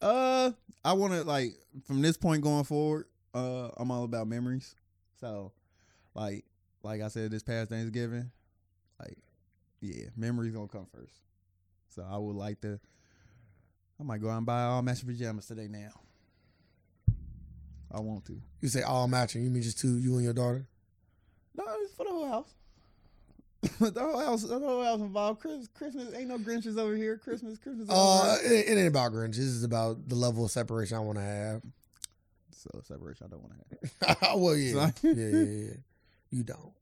Speaker 1: Uh, I want to like from this point going forward. Uh, I'm all about memories. So, like, like I said, this past Thanksgiving, like, yeah, memories gonna come first. So I would like to. I might go out and buy all matching pajamas today. Now, I want to.
Speaker 2: You say all matching. You mean just two, you and your daughter?
Speaker 1: No, it's for the whole house. the whole house, the whole house involved. Christmas, Christmas ain't no Grinches over here. Christmas, Christmas. over
Speaker 2: Uh,
Speaker 1: here.
Speaker 2: it, it ain't about Grinch. This is about the level of separation I want to have.
Speaker 1: so separation. I don't want to have.
Speaker 2: well, yeah.
Speaker 1: So-
Speaker 2: yeah, yeah, yeah. You don't.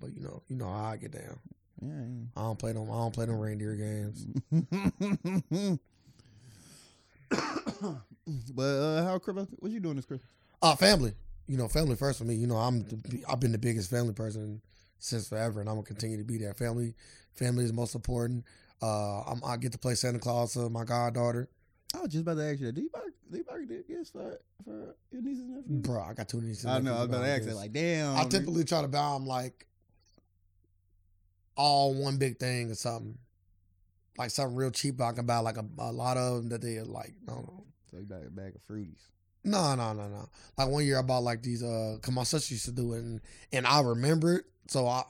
Speaker 2: But you know, you know how I get down.
Speaker 1: Yeah.
Speaker 2: I don't play them. I don't play them reindeer games.
Speaker 1: but uh, how Christmas? What you doing this Christmas?
Speaker 2: Uh, family. You know, family first for me. You know, I'm the, I've been the biggest family person since forever, and I'm gonna continue to be that. Family, family is most important. Uh, I'm, I get to play Santa Claus to my goddaughter.
Speaker 1: I was just about to ask you that. Do you buy? Do you buy good gifts for for your nieces and nephews?
Speaker 2: Bro, I got two nieces.
Speaker 1: Mm. I
Speaker 2: and
Speaker 1: know. I was
Speaker 2: nephews,
Speaker 1: about to
Speaker 2: bro,
Speaker 1: ask that.
Speaker 2: this.
Speaker 1: Like, um, damn.
Speaker 2: I
Speaker 1: dude.
Speaker 2: typically try to buy them like all one big thing or something, like something real cheap. I can buy like a, a lot of them that they like. I don't know.
Speaker 1: So you buy a bag of fruities.
Speaker 2: No, no, no, no. Like one year I bought like these uh cause my sister used to do it and, and I remember it. So I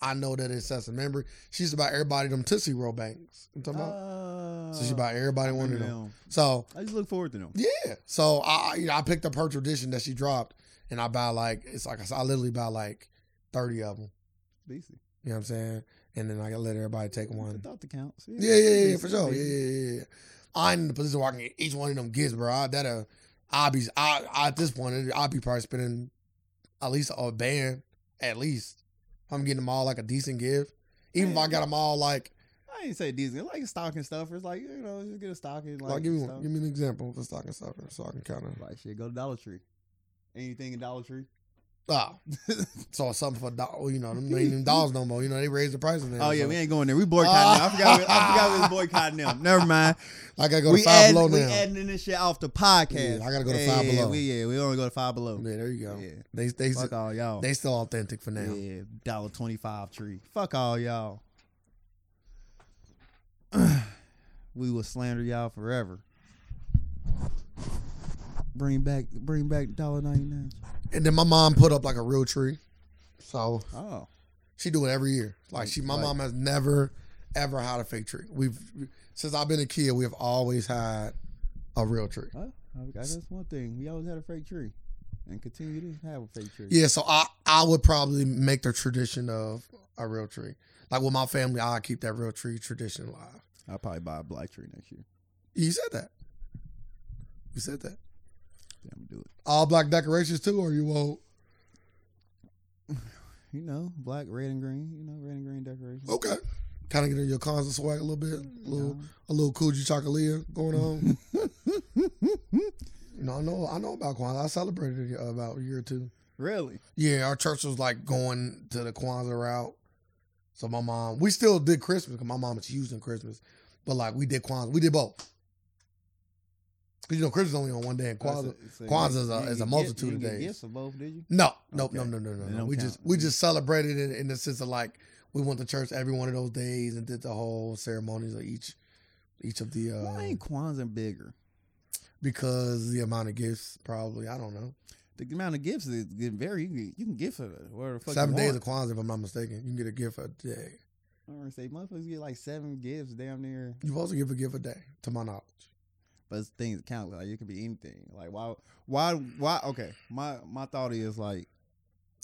Speaker 2: I know that it's us remember. She used to buy everybody them Tootsie Roll bangs. You know what I'm talking
Speaker 1: Uh,
Speaker 2: about? so she bought everybody one of them. So
Speaker 1: I just look forward to them.
Speaker 2: yeah. So I I- you know, I picked up her tradition that she dropped and I buy like it's like I said, I literally buy like thirty of them.
Speaker 1: Decent.
Speaker 2: You know what I'm saying? And then I gotta let everybody take
Speaker 1: The
Speaker 2: one.
Speaker 1: thought that counts.
Speaker 2: Yeah, yeah, yeah, yeah, for
Speaker 1: Decent,
Speaker 2: sure. Yeah,
Speaker 1: decent.
Speaker 2: yeah, yeah, yeah. I'm in the position where I can get each one of them gifts, bro. I, that uh, I'll be, I, I at this point, I'll be probably spending at least a band, at least. If I'm getting them all like a decent gift, even if I got them all like,
Speaker 1: I ain't say decent. Like stocking stuffers. Like you know, just get a stocking. Like,
Speaker 2: like, give me
Speaker 1: stuff.
Speaker 2: one, give me an example of a stocking stuffer, so I can kind of,
Speaker 1: Like shit. Go to Dollar Tree. Anything in Dollar Tree.
Speaker 2: ah, so something for a dollar, you know, them ain't even dollars no more. You know, they raised the price of them.
Speaker 1: Oh yeah,
Speaker 2: so
Speaker 1: we ain't going there. We boycotting. them. I forgot. We, I forgot we was boycotting them. Never mind.
Speaker 2: I gotta go to
Speaker 1: we
Speaker 2: five
Speaker 1: adding,
Speaker 2: below
Speaker 1: we
Speaker 2: now.
Speaker 1: adding in this shit off the podcast.
Speaker 2: Yeah, I gotta go to
Speaker 1: yeah,
Speaker 2: Five
Speaker 1: yeah,
Speaker 2: Below.
Speaker 1: We, yeah, we only go to five below.
Speaker 2: yeah, there you go.
Speaker 1: Yeah.
Speaker 2: They, they,
Speaker 1: Fuck all y'all.
Speaker 2: they still authentic for now.
Speaker 1: yeah, dollar twenty five tree. Fuck all y'all. we will slander y'all forever. Bring back, bring back dollar ninety nine.
Speaker 2: And then my mom put up like a real tree. So
Speaker 1: Oh,
Speaker 2: she do it every year. Like she my
Speaker 1: Right.
Speaker 2: mom has never ever had a fake tree. We've since I've been a kid, we've always had a real tree.
Speaker 1: huh? I forgot that's one thing. We always had a fake tree, and continue to have a fake tree.
Speaker 2: Yeah, so I I would probably make the tradition of a real tree. Like with my family, I keep that real tree tradition alive.
Speaker 1: I'll probably buy a black tree next year.
Speaker 2: You said that. You said that.
Speaker 1: Damn, do it.
Speaker 2: All black decorations too, or you won't?
Speaker 1: You know, black, red, and green. You know, red and green decorations.
Speaker 2: Okay. Kind of get in your concert swag a little bit, a little,
Speaker 1: No.
Speaker 2: a little Coogee chocolate going on. No, no, I know about Kwanzaa. I celebrated it about a year or two.
Speaker 1: Really?
Speaker 2: Yeah, our church was like going to the Kwanzaa route. So my mom, we still did Christmas because my mom is huge in Christmas, but like we did Kwanzaa, we did both. Cause you know Christmas is only on one day, and
Speaker 1: Oh,
Speaker 2: Kwanzaa.
Speaker 1: So
Speaker 2: Kwanzaa is
Speaker 1: you
Speaker 2: a-
Speaker 1: didn't
Speaker 2: is
Speaker 1: get-
Speaker 2: a
Speaker 1: you
Speaker 2: multitude
Speaker 1: didn't
Speaker 2: of
Speaker 1: get
Speaker 2: days.
Speaker 1: Gifts of both, did you?
Speaker 2: No, nope, no,
Speaker 1: Okay.
Speaker 2: no, no, no,
Speaker 1: They
Speaker 2: no.
Speaker 1: don't
Speaker 2: We
Speaker 1: count. Mm.
Speaker 2: just we just celebrated it in the sense of like we went to church every one of those days and did the whole ceremonies of each each of the uh,
Speaker 1: Why ain't Kwanzaa bigger?
Speaker 2: because the amount of gifts probably I don't know
Speaker 1: The amount of gifts is getting very. You can, you can gift for whatever the fuck
Speaker 2: seven
Speaker 1: you
Speaker 2: days
Speaker 1: want.
Speaker 2: of Kwanzaa if I'm not mistaken. You can get a gift a day.
Speaker 1: I'm gonna say motherfuckers get like seven gifts damn near.
Speaker 2: You're supposed to give a gift a day, to my knowledge.
Speaker 1: But things count. Like it could be anything. Like why? Why? Why? Okay. My my thought is like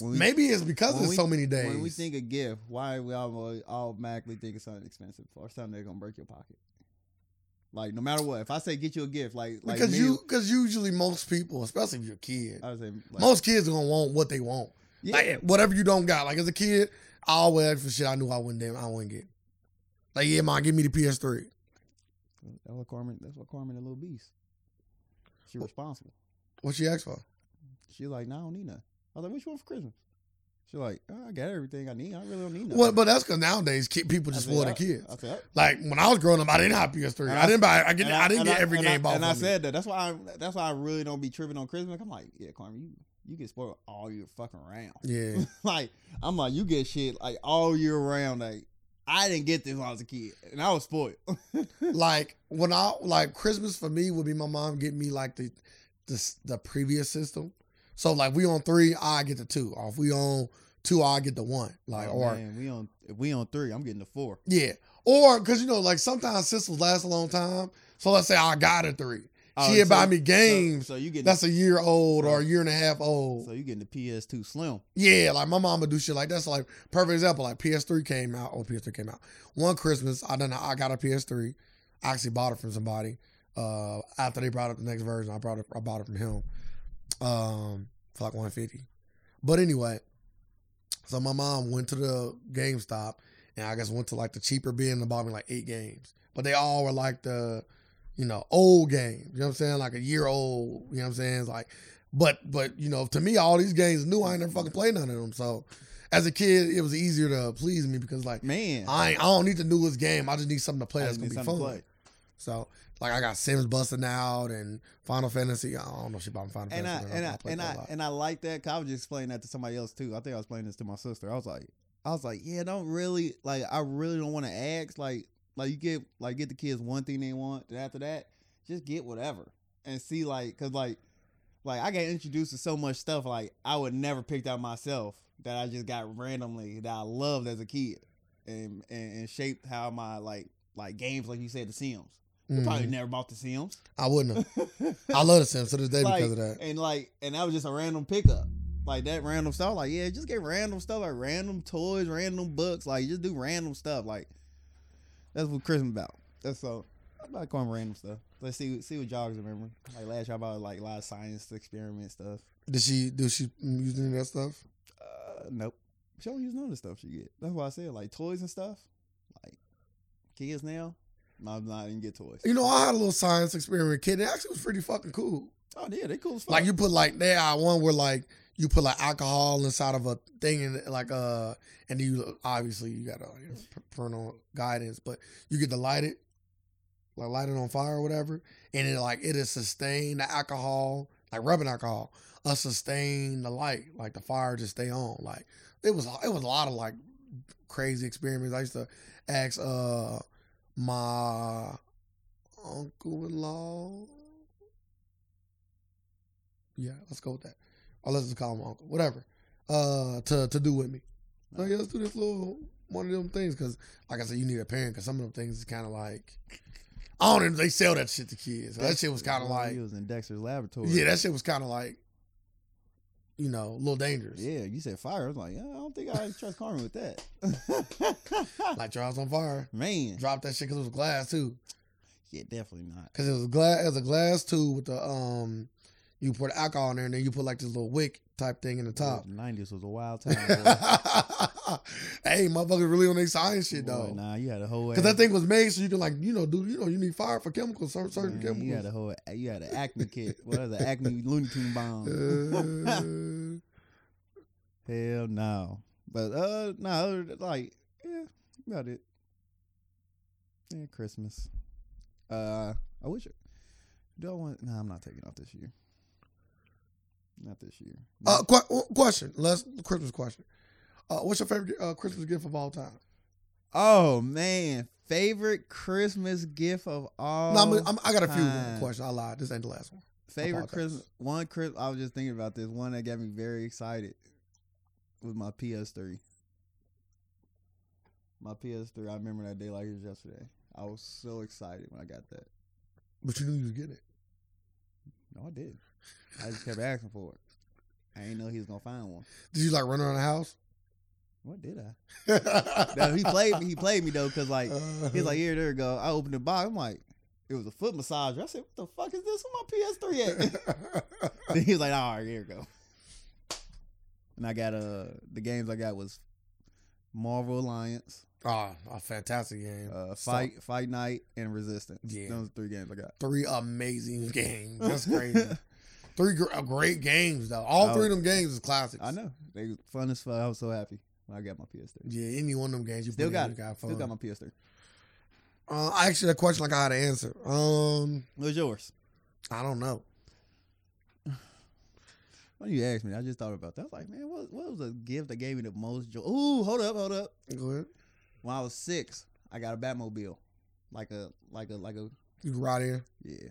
Speaker 1: when we,
Speaker 2: Maybe it's because
Speaker 1: when
Speaker 2: it's
Speaker 1: we-
Speaker 2: so many days.
Speaker 1: when we think of gift, why we all automatically think of something expensive or something that's gonna break your pocket. Like no matter what, if I say get you a gift, like like
Speaker 2: because
Speaker 1: me-
Speaker 2: you because usually most people, especially if you're a kid,
Speaker 1: I would say like,
Speaker 2: most kids are gonna want what they want.
Speaker 1: yeah,
Speaker 2: Like whatever you don't got. Like as a kid, I always asked for shit I knew I wouldn't damn I wouldn't get. Like yeah, mom, give me the PS3.
Speaker 1: That's what Carmen. That's what Carmen, the little beast. She
Speaker 2: Well-
Speaker 1: responsible.
Speaker 2: What she asked for?
Speaker 1: She like, nah, I don't need nothing. I was like, what you want for Christmas? She like, oh, I got everything I need. I really don't need nothing.
Speaker 2: Well, but that's because nowadays kid, people
Speaker 1: I
Speaker 2: just
Speaker 1: said,
Speaker 2: spoil their
Speaker 1: "Oh."
Speaker 2: kids.
Speaker 1: I said, "Oh."
Speaker 2: Like when I was growing up, I didn't have PS3.
Speaker 1: And
Speaker 2: I,
Speaker 1: I-
Speaker 2: didn't buy. I, get,
Speaker 1: And
Speaker 2: I, didn't
Speaker 1: and
Speaker 2: get every
Speaker 1: and
Speaker 2: game
Speaker 1: I,
Speaker 2: bought
Speaker 1: And
Speaker 2: for
Speaker 1: I
Speaker 2: me.
Speaker 1: said that. That's why. I, that's why I really don't be tripping on Christmas. I'm like, yeah, Carmen, you you get spoiled all year fucking round.
Speaker 2: yeah,
Speaker 1: like I'm like, you get shit like all year round. Like I didn't get this when I was a kid, and I was spoiled.
Speaker 2: like when I like Christmas for me would be my mom getting me like the the the previous system. So like we on three, I get the two. Or if we on two, I get the one. Like
Speaker 1: Oh,
Speaker 2: or
Speaker 1: man, we on if we on three. I'm getting the four.
Speaker 2: yeah, or because you know like sometimes systems last a long time. So let's say I got a three.
Speaker 1: Oh,
Speaker 2: she had
Speaker 1: so-
Speaker 2: buy me
Speaker 1: so-
Speaker 2: games
Speaker 1: So, you getting
Speaker 2: that's a year old or a
Speaker 1: So-
Speaker 2: year and a half old.
Speaker 1: so you getting the PS2 Slim.
Speaker 2: Yeah, like my mama do shit like that's like perfect example. Like PS3 came out, oh, or PS3 came out one Christmas. I done I got a PS3. I actually bought it from somebody. Uh, after they brought up the next version, I brought it. I bought it from him. Um, for like one fifty. But anyway, so my mom went to the GameStop, and I guess went to like the cheaper bin and bought me like eight games. But they all were like the, you know, old games. You know what I'm saying? Like a year old. You know what I'm saying? It's like, but but you know, to me, all these games new. I ain't never fucking played none of them. So, as a kid, it was easier to please me because like
Speaker 1: Man,
Speaker 2: I ain't, I don't need the newest game. I just need something to play
Speaker 1: I
Speaker 2: that's
Speaker 1: just need
Speaker 2: gonna be
Speaker 1: something
Speaker 2: fun.
Speaker 1: to play.
Speaker 2: So like I got Sims busting out and Final Fantasy. I don't know shit about Final
Speaker 1: and I
Speaker 2: Fantasy. but
Speaker 1: and I
Speaker 2: play
Speaker 1: and
Speaker 2: that a
Speaker 1: I
Speaker 2: lot.
Speaker 1: and I like that. 'cause I was just explaining that to somebody else too. I think I was explaining this to my sister. I was like, I was like, yeah, don't really like. I really don't want to ask. Like, like you get like get the kids one thing they want. Then after that, just get whatever and see like because like like I got introduced to so much stuff like I would never picked out myself that I just got randomly that I loved as a kid and and, and shaped how my like like games like you said the Sims.
Speaker 2: Mhm.
Speaker 1: Probably never bought the Sims.
Speaker 2: I wouldn't. Have. I love the Sims to this day
Speaker 1: Like,
Speaker 2: because of that.
Speaker 1: and like and that was just a random pickup like that random stuff like yeah just get random stuff like random toys random books like just do random stuff like that's what christmas about that's so i'm about calling random stuff let's see see what y'all remember like last year I about like a lot of science experiment stuff
Speaker 2: Did she? Did she use any of that stuff?
Speaker 1: uh nope she don't use none of the stuff she get that's why i said like toys and stuff like kids now no, no, I didn't get toys.
Speaker 2: You know, I had a little science experiment kid. It actually was pretty fucking cool.
Speaker 1: Oh yeah, they cool as fuck.
Speaker 2: Like you put like there I one where like you put like alcohol inside of a thing and like uh and you obviously you got a you know, p- parental guidance, but you get to light it, like light it on fire or whatever, and it like it is sustain the alcohol like rubbing alcohol, uh sustain the light like the fire just stay on. Like it was it was a lot of like crazy experiments. I used to ask uh my uncle in law yeah, let's go with that. Or let's just call him uncle, whatever. Uh, to to do with me. So yeah, let's do this little one of them things because, like I said, you need a parent because some of them things is kind of like I don't even they sell that shit to kids. So that shit was kind of like
Speaker 1: he was in Dexter's laboratory.
Speaker 2: yeah, that shit was kind of like you know a little dangerous.
Speaker 1: Yeah, you said fire. I was like, yeah, I don't think I trust Carmen with that.
Speaker 2: Like your house on fire,
Speaker 1: Man,
Speaker 2: drop that shit because it was glass too.
Speaker 1: yeah, definitely not.
Speaker 2: Because it was glass as a glass tube with the um You pour the alcohol in there, and then you put like this little wick type thing in the top.
Speaker 1: Nineties was a wild time. boy.
Speaker 2: hey, motherfuckers really on their science shit
Speaker 1: Boy,
Speaker 2: though.
Speaker 1: Nah, you had a whole.
Speaker 2: Cause that thing was made so you can like you know do you know you need fire for chemicals certain, certain
Speaker 1: man,
Speaker 2: chemicals.
Speaker 1: You had a whole. You had an Acme kit. What is an Acme Looney Tune bomb?
Speaker 2: Uh,
Speaker 1: Hell no. But uh, no, other than- like yeah, about it. Yeah, Christmas. Uh, I wish. Do I want? No, I'm not taking off this year. Not this year.
Speaker 2: uh, qu- question. Last Christmas question. Uh, what's your favorite uh, Christmas gift of all time?
Speaker 1: oh man, favorite Christmas gift of all.
Speaker 2: no, I'm, I'm, I got a few
Speaker 1: time.
Speaker 2: questions. I lied. This ain't the last one.
Speaker 1: favorite
Speaker 2: apologize.
Speaker 1: Christmas. One Christmas. I was just thinking about this. One that got me very excited was my PS3. My PS3. I remember that day like it was yesterday. I was so excited when I got that.
Speaker 2: But you knew you was getting it.
Speaker 1: No, I did. I just kept asking for it. I didn't know he was gonna find one.
Speaker 2: Did you like run around the house?
Speaker 1: What did I? No, he played me. He played me though, cause like he's like, here, there you go. I opened the box. I'm like, it was a foot massager. I said, what the fuck is this? Where my PS3 at? then he's like, all right, here you go. And I got uh the games I got was Marvel Alliance,
Speaker 2: oh, a fantastic game.
Speaker 1: uh,
Speaker 2: So-
Speaker 1: Fight Fight Night, and Resistance.
Speaker 2: Yeah.
Speaker 1: those are three games I got.
Speaker 2: three amazing games. That's crazy. three gr- uh, great games though. All
Speaker 1: I
Speaker 2: three of them games is classics.
Speaker 1: Oh. I know they was fun as fuck. I was so happy when I got my PS3.
Speaker 2: Yeah, any one of them games you
Speaker 1: Still
Speaker 2: put
Speaker 1: got
Speaker 2: in,
Speaker 1: it.
Speaker 2: you got fun.
Speaker 1: Still got my PS3.
Speaker 2: uh, I actually, that question like I had to answer. Um,
Speaker 1: What's yours?
Speaker 2: I don't know.
Speaker 1: When you asked me, I just thought about that. I was like, man, what what was the gift that gave me the most joy? Ooh, hold up, hold up.
Speaker 2: Go ahead.
Speaker 1: When I was six, I got a Batmobile, like a like a like a
Speaker 2: You can ride in.
Speaker 1: yeah.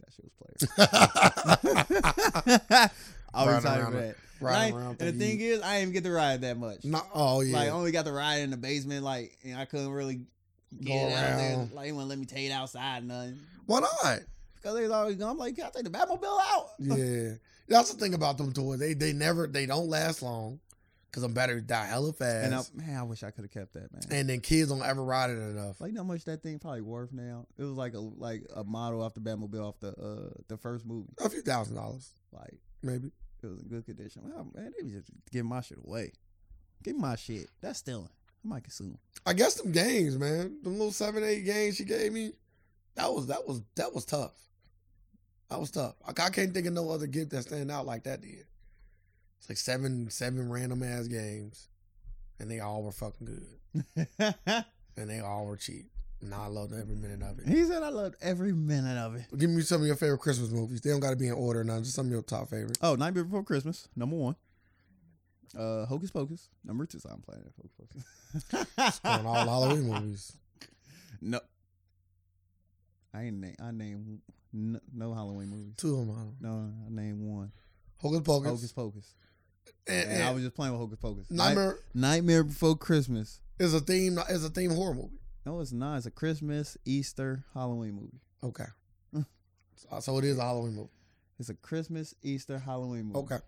Speaker 1: That shit was played. I
Speaker 2: Ride
Speaker 1: was excited
Speaker 2: around
Speaker 1: for
Speaker 2: it.
Speaker 1: that.
Speaker 2: ride
Speaker 1: Like,
Speaker 2: around.
Speaker 1: and the thing is, I didn't even get to ride that much.
Speaker 2: not, oh yeah.
Speaker 1: Like, I only got to ride in the basement, like, and I couldn't really
Speaker 2: Go
Speaker 1: get out there.
Speaker 2: around.
Speaker 1: Like, they wouldn't let me take it outside or nothing.
Speaker 2: Why not?
Speaker 1: Because they was always going, I'm like, you gotta take the Batmobile out.
Speaker 2: Yeah. That's the thing about them toys. They they never they don't last long because them batteries die hella
Speaker 1: And I,
Speaker 2: fast.
Speaker 1: man, I wish I could have kept that, man.
Speaker 2: And, then kids don't ever ride it enough.
Speaker 1: Like you know how much that thing probably worth now? It was like a like a model off the Batmobile off the uh the first movie.
Speaker 2: A few thousand dollars,
Speaker 1: Like
Speaker 2: maybe.
Speaker 1: it was in good condition. Well, man, they was just giving my shit away. Give me my shit. That's stealing. I might get sued.
Speaker 2: I guess them games, man. Them little seven, eight games she gave me, that was that was that was tough. That was tough. Like, I can't think of no other gift that stand out like that did. It's like seven seven random ass games. And they all were fucking good. And they all were cheap. And I loved every minute of it.
Speaker 1: he said I loved every minute of it.
Speaker 2: Give me some of your favorite Christmas movies. They don't got to be in order, none. Just some of your top favorites.
Speaker 1: Oh, Nightmare Before Christmas, number one. Uh, Hocus Pocus, number two. So I'm playing it, Hocus Pocus.
Speaker 2: On all Halloween movies.
Speaker 1: No, I ain't name. I name no, no Halloween movies.
Speaker 2: Two of them.
Speaker 1: No, I named one.
Speaker 2: Hocus Pocus.
Speaker 1: Hocus Pocus.
Speaker 2: And,
Speaker 1: And I
Speaker 2: and
Speaker 1: was just playing with Hocus Pocus. Night-
Speaker 2: Eh, Nightmare
Speaker 1: Nightmare Before Christmas.
Speaker 2: is a theme. Is a theme horror movie.
Speaker 1: No, it's not. It's a Christmas, Easter, Halloween movie.
Speaker 2: Okay.
Speaker 1: Mm.
Speaker 2: so, so it is a Halloween movie.
Speaker 1: It's a Christmas, Easter, Halloween movie.
Speaker 2: Okay.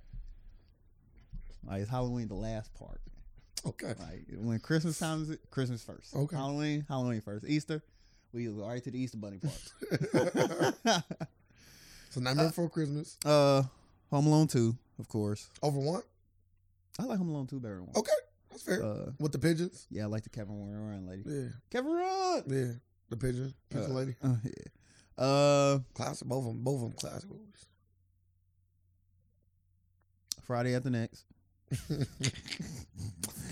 Speaker 1: Like it's Halloween the last part.
Speaker 2: Okay.
Speaker 1: Like when Christmas time is Christmas first.
Speaker 2: Okay.
Speaker 1: Halloween, Halloween first. Easter, we go right to the Easter bunny part.
Speaker 2: So Nightmare Before Christmas.
Speaker 1: uh Home Alone Two, of course.
Speaker 2: Over one.
Speaker 1: I like Home Alone Two better than one.
Speaker 2: Okay. That's fair.
Speaker 1: Uh
Speaker 2: With the pigeons.
Speaker 1: yeah, I like the Kevin Warren Ryan lady.
Speaker 2: Yeah.
Speaker 1: Kevin Run!
Speaker 2: Yeah. The pigeon. Pigeon
Speaker 1: Uh,
Speaker 2: lady.
Speaker 1: Oh, yeah. Uh
Speaker 2: Classic. Both of them. Both of them classic movies.
Speaker 1: Friday after next.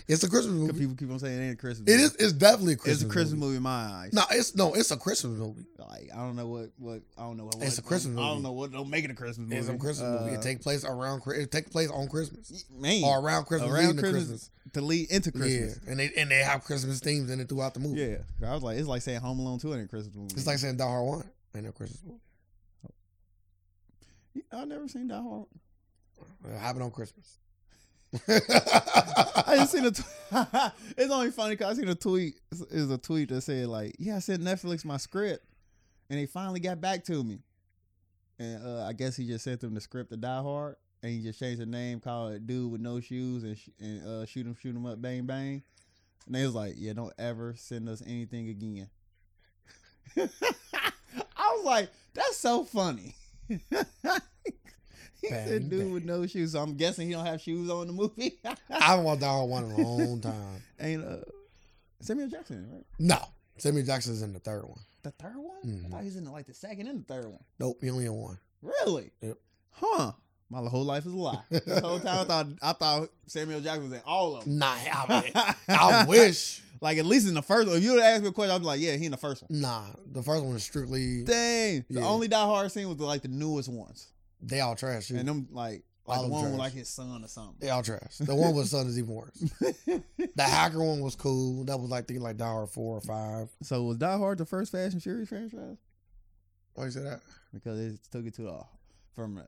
Speaker 2: it's a Christmas movie.
Speaker 1: People keep on saying it ain't a Christmas
Speaker 2: It
Speaker 1: movie.
Speaker 2: is. It's definitely a Christmas.
Speaker 1: it's a Christmas
Speaker 2: movie.
Speaker 1: movie. in my eyes.
Speaker 2: No, it's no. It's a Christmas movie.
Speaker 1: Like I don't know what what I don't know what
Speaker 2: It's a Christmas
Speaker 1: I
Speaker 2: movie.
Speaker 1: don't know what don't make it a Christmas movie.
Speaker 2: It's a Christmas movie. It
Speaker 1: Uh,
Speaker 2: takes place around. Chri- It takes place on Christmas
Speaker 1: man
Speaker 2: or around Christmas.
Speaker 1: around
Speaker 2: leading to
Speaker 1: Christmas, to lead into Christmas.
Speaker 2: Yeah, and they and they have Christmas themes in it throughout the movie.
Speaker 1: Yeah, I was like, it's like saying Home Alone two ain't a Christmas movie.
Speaker 2: It's like saying Die Hard One ain't no Christmas movie.
Speaker 1: You know, I never seen Die Hard.
Speaker 2: It happened on Christmas.
Speaker 1: I just seen a. T- it's only funny because I seen a tweet. Is a tweet that said like, yeah, I sent Netflix my script, and they finally got back to me, and uh, I guess he just sent them the script to Die Hard, and he just changed the name, called it Dude with No Shoes, and sh- and uh, shoot him, shoot him up, bang bang, and they was like, yeah, don't ever send us anything again. I was like, that's so funny. He's a
Speaker 2: Bang,
Speaker 1: dude
Speaker 2: bang.
Speaker 1: with no shoes. So I'm guessing he don't have shoes on in the movie.
Speaker 2: I haven't watched that one in a long time.
Speaker 1: Ain't uh, Samuel Jackson, right?
Speaker 2: No, Samuel Jackson's in the third one.
Speaker 1: The third one? I
Speaker 2: Mhm.
Speaker 1: thought he was in like the second and the third one.
Speaker 2: Nope, he only in one.
Speaker 1: Really?
Speaker 2: Yep.
Speaker 1: Huh. My whole life is a lie. This whole time I thought I thought Samuel Jackson was in all of them.
Speaker 2: Nah, I, I wish.
Speaker 1: like at least in the first one. If you would asked me a question, I'd be like, yeah, he in the first one.
Speaker 2: Nah, the first one is strictly
Speaker 1: Dang. The
Speaker 2: Yeah.
Speaker 1: only Die Hard scene was like the newest ones.
Speaker 2: they all trash. Dude.
Speaker 1: And them like like
Speaker 2: All
Speaker 1: the
Speaker 2: them
Speaker 1: one with
Speaker 2: trash.
Speaker 1: like his son or something.
Speaker 2: They all trash. The one with Son is even worse. The hacker one was cool. That was like thinking like Die Hard four or five.
Speaker 1: so was Die Hard the first Fast and Furious franchise?
Speaker 2: Why you say that?
Speaker 1: Because it took it to the from the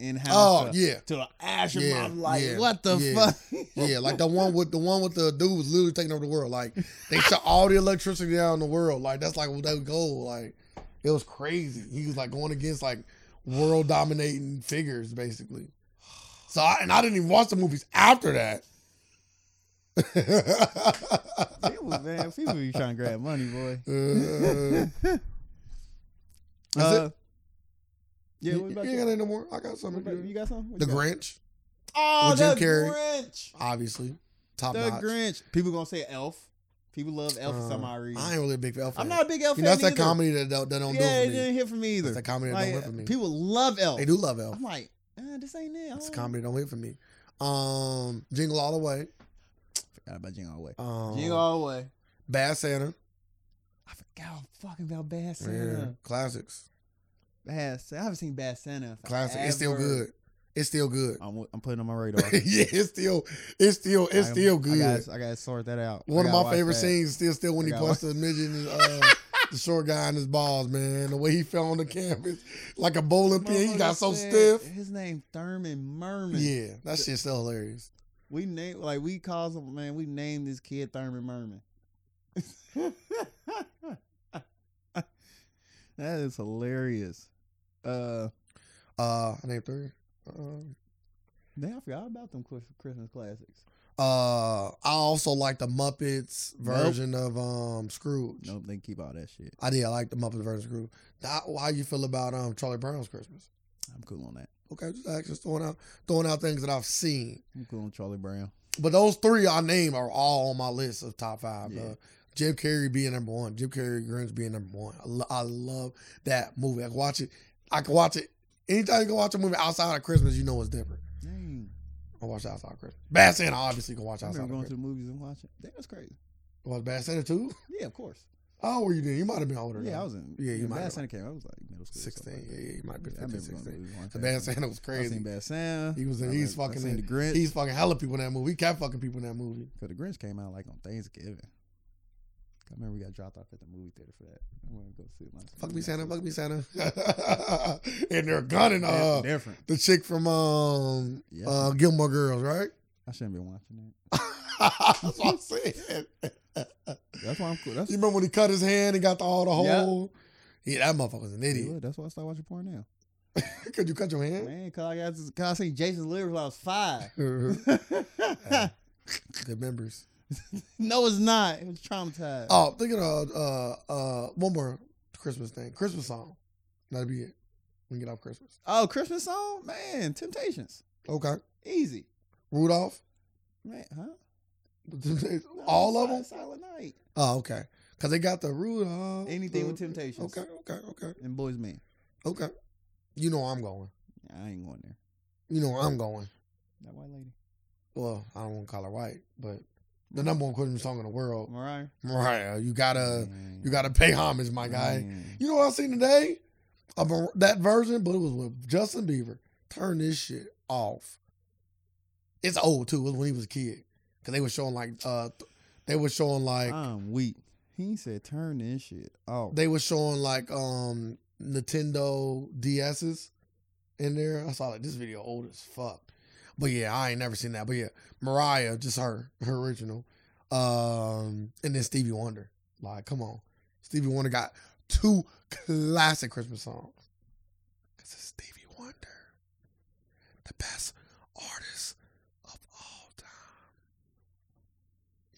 Speaker 1: in house
Speaker 2: Oh
Speaker 1: to,
Speaker 2: yeah,
Speaker 1: to the ash of
Speaker 2: Yeah,
Speaker 1: my life.
Speaker 2: yeah,
Speaker 1: what the
Speaker 2: yeah,
Speaker 1: fuck?
Speaker 2: yeah. Like the one with the one with the dude was literally taking over the world. Like they shut all the electricity down in the world. Like that's like their goal. Like it was crazy. He was like going against like world dominating figures basically. So I, and I didn't even watch the movies after that.
Speaker 1: people, man, people be trying to grab money, boy.
Speaker 2: Uh,
Speaker 1: Uh, yeah,
Speaker 2: you,
Speaker 1: what
Speaker 2: you
Speaker 1: about
Speaker 2: ain't
Speaker 1: you?
Speaker 2: got any no more. I got
Speaker 1: What
Speaker 2: something.
Speaker 1: about- you got something? What
Speaker 2: the
Speaker 1: you got?
Speaker 2: Grinch,
Speaker 1: Oh,
Speaker 2: with
Speaker 1: the
Speaker 2: Jim Carrey.
Speaker 1: Grinch.
Speaker 2: obviously, top
Speaker 1: The
Speaker 2: notch.
Speaker 1: Grinch. People gonna say Elf. People love Elf for
Speaker 2: Uh,
Speaker 1: some odd reason.
Speaker 2: I ain't really a big Elf.
Speaker 1: I'm
Speaker 2: fan.
Speaker 1: not a big Elf
Speaker 2: You
Speaker 1: fan
Speaker 2: know, that's that
Speaker 1: either.
Speaker 2: comedy that don't, that don't
Speaker 1: yeah,
Speaker 2: do
Speaker 1: it
Speaker 2: it for me.
Speaker 1: didn't hit for me either.
Speaker 2: That's that comedy that
Speaker 1: Like,
Speaker 2: don't hit for me.
Speaker 1: People love Elf.
Speaker 2: They do love Elf.
Speaker 1: Oh. I'm like, eh, this ain't it. I
Speaker 2: That's
Speaker 1: don't-
Speaker 2: comedy that don't hit for me. Um, Jingle All the Way.
Speaker 1: Forgot about Jingle All the Way.
Speaker 2: Um,
Speaker 1: Jingle All the Way.
Speaker 2: Bad Santa.
Speaker 1: I forgot fucking about Bad
Speaker 2: Yeah,
Speaker 1: Santa.
Speaker 2: classics.
Speaker 1: Bad Santa. I haven't seen Bad Santa. in
Speaker 2: Classic. It's still
Speaker 1: forever. Oh,
Speaker 2: good. It's still good.
Speaker 1: I'm, I'm putting it on my radar.
Speaker 2: yeah, it's still, it's still, it's
Speaker 1: I-
Speaker 2: still
Speaker 1: I
Speaker 2: good.
Speaker 1: gotta, I gotta sort that out.
Speaker 2: One
Speaker 1: I
Speaker 2: of
Speaker 1: gotta
Speaker 2: my
Speaker 1: watch
Speaker 2: favorite
Speaker 1: that.
Speaker 2: scenes is still still
Speaker 1: I
Speaker 2: when he
Speaker 1: gotta
Speaker 2: busts the midget and uh, the short guy in his balls, man. The way he fell on the canvas like a bowling pin. He got so
Speaker 1: Motherfucker said
Speaker 2: stiff.
Speaker 1: His name Thurman Merman.
Speaker 2: Yeah, that shit's so hilarious.
Speaker 1: We name like we calls him man. We named this kid Thurman Merman. that is hilarious. Uh,
Speaker 2: Uh, I named three. Um,
Speaker 1: damn, I forgot about them Chris- Christmas classics.
Speaker 2: Uh, I also like the Muppets version of um Scrooge.
Speaker 1: Nope, they keep all that shit.
Speaker 2: I did. I like the Muppets version of Scrooge. Now, how you feel about um Charlie Brown's Christmas?
Speaker 1: I'm cool on that.
Speaker 2: Okay, just actually just throwing out throwing out things that I've seen.
Speaker 1: I'm cool on Charlie Brown.
Speaker 2: But those three I name are all on my list of top five.
Speaker 1: Yeah.
Speaker 2: Uh, Jim Carrey being number one, Jim Carrey Grinch being number one. I, lo- I love that movie. I can watch it. I can watch it anytime you can watch a movie outside of Christmas. You know it's different.
Speaker 1: Dang,
Speaker 2: I watch it outside of Christmas. Bad Santa obviously can watch
Speaker 1: I
Speaker 2: outside of
Speaker 1: remember going to
Speaker 2: Christmas.
Speaker 1: the movies and watching. Damn, that's crazy.
Speaker 2: Was Bad Santa too?
Speaker 1: Yeah, of course.
Speaker 2: How old were you then? You might have been older.
Speaker 1: Yeah,
Speaker 2: though.
Speaker 1: I was in.
Speaker 2: Yeah, you
Speaker 1: when
Speaker 2: might
Speaker 1: Bad
Speaker 2: have-
Speaker 1: Santa came. I was like middle school. or something
Speaker 2: 16.
Speaker 1: like that.
Speaker 2: Yeah, yeah, you might be
Speaker 1: I
Speaker 2: 15,
Speaker 1: remember going to
Speaker 2: 16.
Speaker 1: the movies one
Speaker 2: The
Speaker 1: time.
Speaker 2: Bad Santa was
Speaker 1: I
Speaker 2: crazy.
Speaker 1: seen Bad Santa.
Speaker 2: He was in-
Speaker 1: I
Speaker 2: he's
Speaker 1: remember- I
Speaker 2: fucking
Speaker 1: seen
Speaker 2: in-
Speaker 1: the Grinch.
Speaker 2: He's fucking hella people in that movie. He kept fucking people in that movie.
Speaker 1: Cause the Grinch came out like on Thanksgiving. I remember we got dropped off at the movie theater for that. I'm gonna go see it. last
Speaker 2: Fuck
Speaker 1: night.
Speaker 2: me, Santa. Fuck me, Santa. and they're gunning
Speaker 1: Di-
Speaker 2: uh,
Speaker 1: different.
Speaker 2: the chick from um,
Speaker 1: Yeah.
Speaker 2: uh, Gilmore Girls, right?
Speaker 1: I shouldn't be watching
Speaker 2: That's what I'm saying.
Speaker 1: that. That's why I'm cool. That's
Speaker 2: You remember when he cut his hand and got the, all the
Speaker 1: Yeah.
Speaker 2: hole? Yeah, that motherfucker's an
Speaker 1: See,
Speaker 2: idiot.
Speaker 1: look, that's why I started watching porn now.
Speaker 2: Could you cut your hand?
Speaker 1: Man, cause I got cause I seen Jason Lives when I was five.
Speaker 2: Good memories.
Speaker 1: no, it's not. It was traumatized.
Speaker 2: Oh, thinking of uh, uh, one more Christmas thing, Christmas song. That'll be it. We can get off Christmas.
Speaker 1: Oh, Christmas song, man. Temptations,
Speaker 2: Okay,
Speaker 1: easy,
Speaker 2: Rudolph.
Speaker 1: man. Huh? No,
Speaker 2: All of
Speaker 1: Si-
Speaker 2: them.
Speaker 1: Silent Night.
Speaker 2: Oh, okay. Cause they got the Rudolph.
Speaker 1: Anything with Temptations.
Speaker 2: Okay, okay, okay,
Speaker 1: And Boys Man.
Speaker 2: okay. You know where I'm going.
Speaker 1: I ain't going there.
Speaker 2: You know where I'm going.
Speaker 1: That white lady,
Speaker 2: Well, I don't want to call her white, but the number one Christmas song in the world,
Speaker 1: Mariah.
Speaker 2: Mariah. You gotta,
Speaker 1: Man.
Speaker 2: you gotta pay homage, my guy.
Speaker 1: Man.
Speaker 2: You know what I seen today? Of a- that version, but it was with Justin Bieber. Turn this shit off. It's old too. It was when he was a kid. Cause they were showing like uh th- they were showing like
Speaker 1: I'm weak. He said, "Turn this shit off."
Speaker 2: they were showing like um Nintendo DS's in there. I saw like this video old as fuck. But yeah, I ain't never seen that. But yeah, Mariah, just her, her original. Um and then Stevie Wonder. Like, come on. Stevie Wonder got two classic Christmas songs. Cause it's Stevie Wonder. The best artist of all time.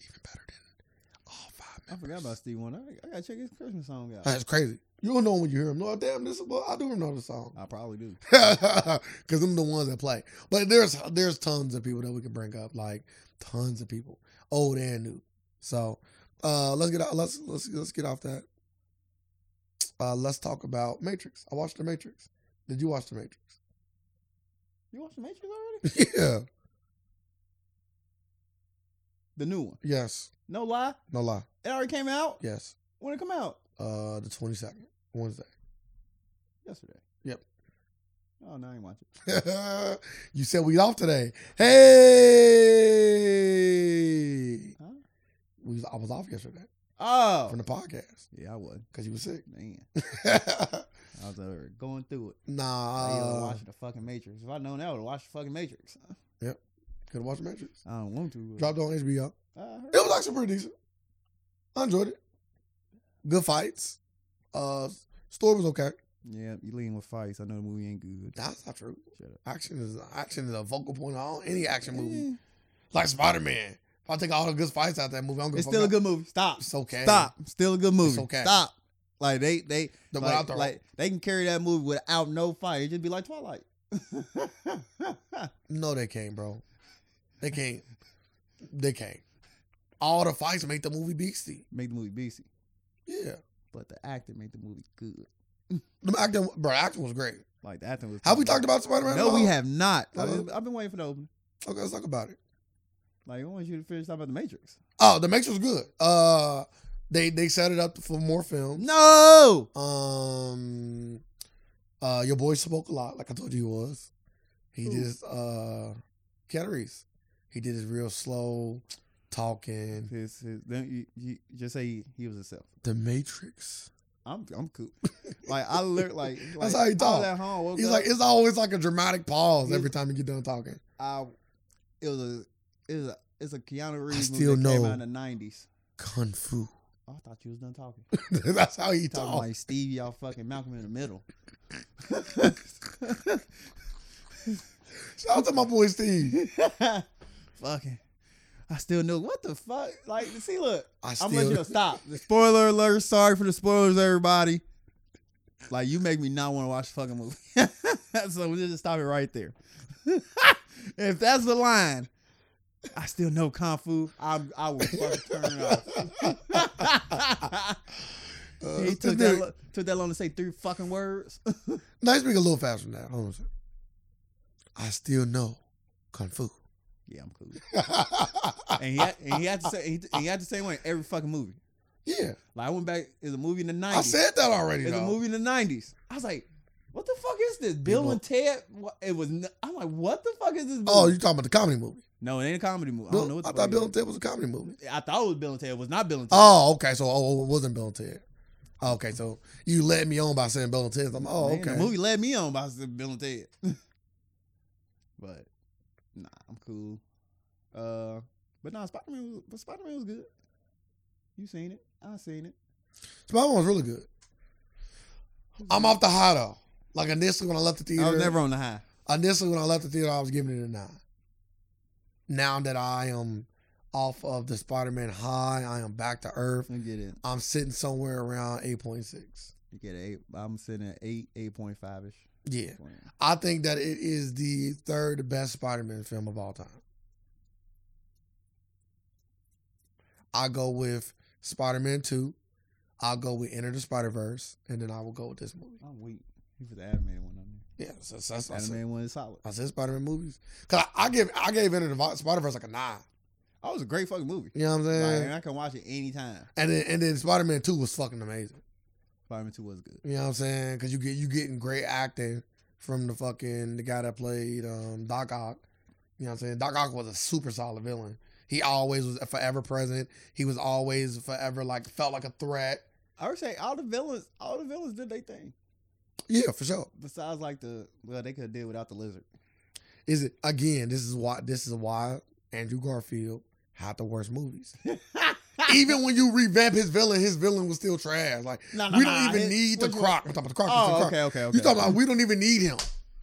Speaker 2: Even better than all five
Speaker 1: I forgot about Stevie Wonder. I, I gotta check his Christmas song out.
Speaker 2: That's crazy. You don't know when you hear them. No, damn, this is, well, I do know the song.
Speaker 1: I probably do.
Speaker 2: Uh, because I'm the ones that play. But there's there's tons of people that we can bring up, like tons of people, old and new. So uh, let's get out, let's let's let's get off that. Uh, let's talk about Matrix. I watched The Matrix. Did you watch The Matrix?
Speaker 1: You watched The Matrix already?
Speaker 2: yeah.
Speaker 1: The new one.
Speaker 2: Yes.
Speaker 1: No lie.
Speaker 2: No lie.
Speaker 1: It already came out.
Speaker 2: Yes.
Speaker 1: When it come out?
Speaker 2: Uh, the 22nd Wednesday.
Speaker 1: Yesterday.
Speaker 2: Yep.
Speaker 1: Oh no, I ain't watch it.
Speaker 2: you said we off today. Hey.
Speaker 1: Huh?
Speaker 2: We was, I was off yesterday
Speaker 1: Oh.
Speaker 2: from the podcast
Speaker 1: Yeah, I was.
Speaker 2: because you were sick.
Speaker 1: Man, I was over going through it. I even
Speaker 2: nah.
Speaker 1: watched the fucking Matrix. If I'd known that, I would have watched the fucking Matrix.
Speaker 2: Could watch Matrix.
Speaker 1: I don't want to. but-
Speaker 2: Dropped on HBO.
Speaker 1: I heard-
Speaker 2: It was actually pretty decent. I enjoyed it. Good fights. Uh, story was okay.
Speaker 1: yeah, you leading with fights. I know the movie ain't good.
Speaker 2: That's not true.
Speaker 1: Shut up.
Speaker 2: Action is action is a focal point of all- any action movie.
Speaker 1: Eh,
Speaker 2: Like Spider Man. If I take all the good fights out of that movie, I'm gonna
Speaker 1: It's still a good movie. Stop.
Speaker 2: It's okay.
Speaker 1: Stop. Still a good movie.
Speaker 2: okay.
Speaker 1: Stop. Like they they
Speaker 2: The
Speaker 1: like,
Speaker 2: without the-
Speaker 1: like, they can carry that movie without no fight. It just be like Twilight.
Speaker 2: No, they can't, bro. They can't. They can't. All the fights make the movie beastie.
Speaker 1: make the movie beastie,
Speaker 2: Yeah.
Speaker 1: but the acting make the movie good.
Speaker 2: The acting, bro, the acting was great.
Speaker 1: Like the acting was.
Speaker 2: Have we talked about Spider Man?
Speaker 1: No, we have not.
Speaker 2: No.
Speaker 1: I've been, I've been waiting for the opening.
Speaker 2: Okay, let's talk about it.
Speaker 1: Like I want you to finish talking about the Matrix.
Speaker 2: Oh, The Matrix was good. Uh, they they set it up for more films.
Speaker 1: No.
Speaker 2: Um, uh, your boy spoke a lot, like I told you he was. He
Speaker 1: Who?
Speaker 2: did his uh, Keanu Reeves. He did his real slow talking.
Speaker 1: His, his, then you, you just say he, he was himself.
Speaker 2: The Matrix.
Speaker 1: I'm I'm cool. like I learned like, like
Speaker 2: how he
Speaker 1: I was
Speaker 2: talk.
Speaker 1: at home, woke
Speaker 2: He's
Speaker 1: up,
Speaker 2: like, it's always like a dramatic pause
Speaker 1: He's-
Speaker 2: every time you get done talking.
Speaker 1: I it was a it was a it's a Keanu Reeves
Speaker 2: still
Speaker 1: movie that came
Speaker 2: know.
Speaker 1: out in the nineties. Oh,
Speaker 2: Kung Fu.
Speaker 1: I thought you was done talking.
Speaker 2: That's how he
Speaker 1: talking
Speaker 2: talks.
Speaker 1: like Steve, y'all fucking Malcolm in the middle.
Speaker 2: Shout out to my boy Steve.
Speaker 1: fucking. I still know what the fuck. Like, see, look,
Speaker 2: I
Speaker 1: I'm letting you know,
Speaker 2: still,
Speaker 1: stop. The spoiler alert. Sorry for the spoilers, everybody. Like you make me not want to watch the fucking movie. so we just stop it right there. if that's the line, I still know kung fu. I'm, I will fucking turn it off.
Speaker 2: uh,
Speaker 1: he
Speaker 2: this
Speaker 1: took that
Speaker 2: nigga-
Speaker 1: lo- took that long to say three fucking words.
Speaker 2: Now you speak a little faster now. Hold on a second. I still know Kung Fu.
Speaker 1: yeah, I'm cool. And he had, and he had to say he, he had the same way in every fucking movie.
Speaker 2: yeah.
Speaker 1: Like I went back. It's a movie in the
Speaker 2: I
Speaker 1: nineties.
Speaker 2: said that already.
Speaker 1: It's a
Speaker 2: though.
Speaker 1: movie in the nineties. I was like, what the fuck is this? Bill
Speaker 2: People-
Speaker 1: and Ted. What, it was. n- I'm like, what the fuck is this? Movie?
Speaker 2: Oh, you're talking about the comedy movie.
Speaker 1: no, it ain't a comedy movie. I
Speaker 2: Bill-
Speaker 1: don't know what the fuck
Speaker 2: thought
Speaker 1: it
Speaker 2: Bill
Speaker 1: is.
Speaker 2: and Ted was a comedy movie.
Speaker 1: I thought it was Bill and Ted. It was not Bill and Ted.
Speaker 2: Oh, okay. So oh, it wasn't Bill and Ted. Okay, so you led me on by saying Bill and Ted. I'm oh,
Speaker 1: Man,
Speaker 2: okay.
Speaker 1: The movie led me on by saying Bill and Ted. but nah, I'm cool. Uh, but nah, Spider Man was but Spider Man was good. You seen it? I seen it.
Speaker 2: Spider-Man was really good. I'm off the high though. Like initially when I left the theater,
Speaker 1: I was never on the high.
Speaker 2: initially when I left the theater, I was giving it a nine. Now that I am off of the Spider-Man high, I am back to earth.
Speaker 1: You get it.
Speaker 2: I'm sitting somewhere around eight point six.
Speaker 1: You get an eight. I'm sitting at eight, eight point five ish.
Speaker 2: Yeah, I think that it is the third best Spider-Man film of all time. I go with Spider-Man Two. I'll go with Enter the Spider-Verse, and then I will go with this movie.
Speaker 1: I'm weak. He was the animated one on
Speaker 2: Yeah, so that's, that's,
Speaker 1: there.
Speaker 2: that's it.
Speaker 1: Animated one is solid.
Speaker 2: I said Spider-Man movies. Cause I, I give I gave Enter the Spider-Verse like a nine.
Speaker 1: Oh, it was a great fucking movie.
Speaker 2: You know what I'm
Speaker 1: Like,
Speaker 2: saying?
Speaker 1: and I can watch it anytime.
Speaker 2: And then and then Spider Man Two was fucking amazing.
Speaker 1: Spider Man Two was good.
Speaker 2: You know what I'm saying? Because you get you getting great acting from the fucking the guy that played um, Doc Ock. You know what I'm saying? Doc Ock was a super solid villain. He always was forever present. He was always forever like felt like a threat.
Speaker 1: I would say all the villains, all the villains did their thing.
Speaker 2: Yeah, for sure.
Speaker 1: Besides, like the well, they could have did without the lizard.
Speaker 2: Is it again? This is why this is why Andrew Garfield had the worst movies. even when you revamp his villain, his villain was still trash. Like
Speaker 1: Nah,
Speaker 2: we don't even
Speaker 1: it-
Speaker 2: need the
Speaker 1: which one-
Speaker 2: croc. I'm talking about the croc. I'm talking about the
Speaker 1: Oh,
Speaker 2: Croc.
Speaker 1: okay, okay, okay.
Speaker 2: You talking about we don't even need him.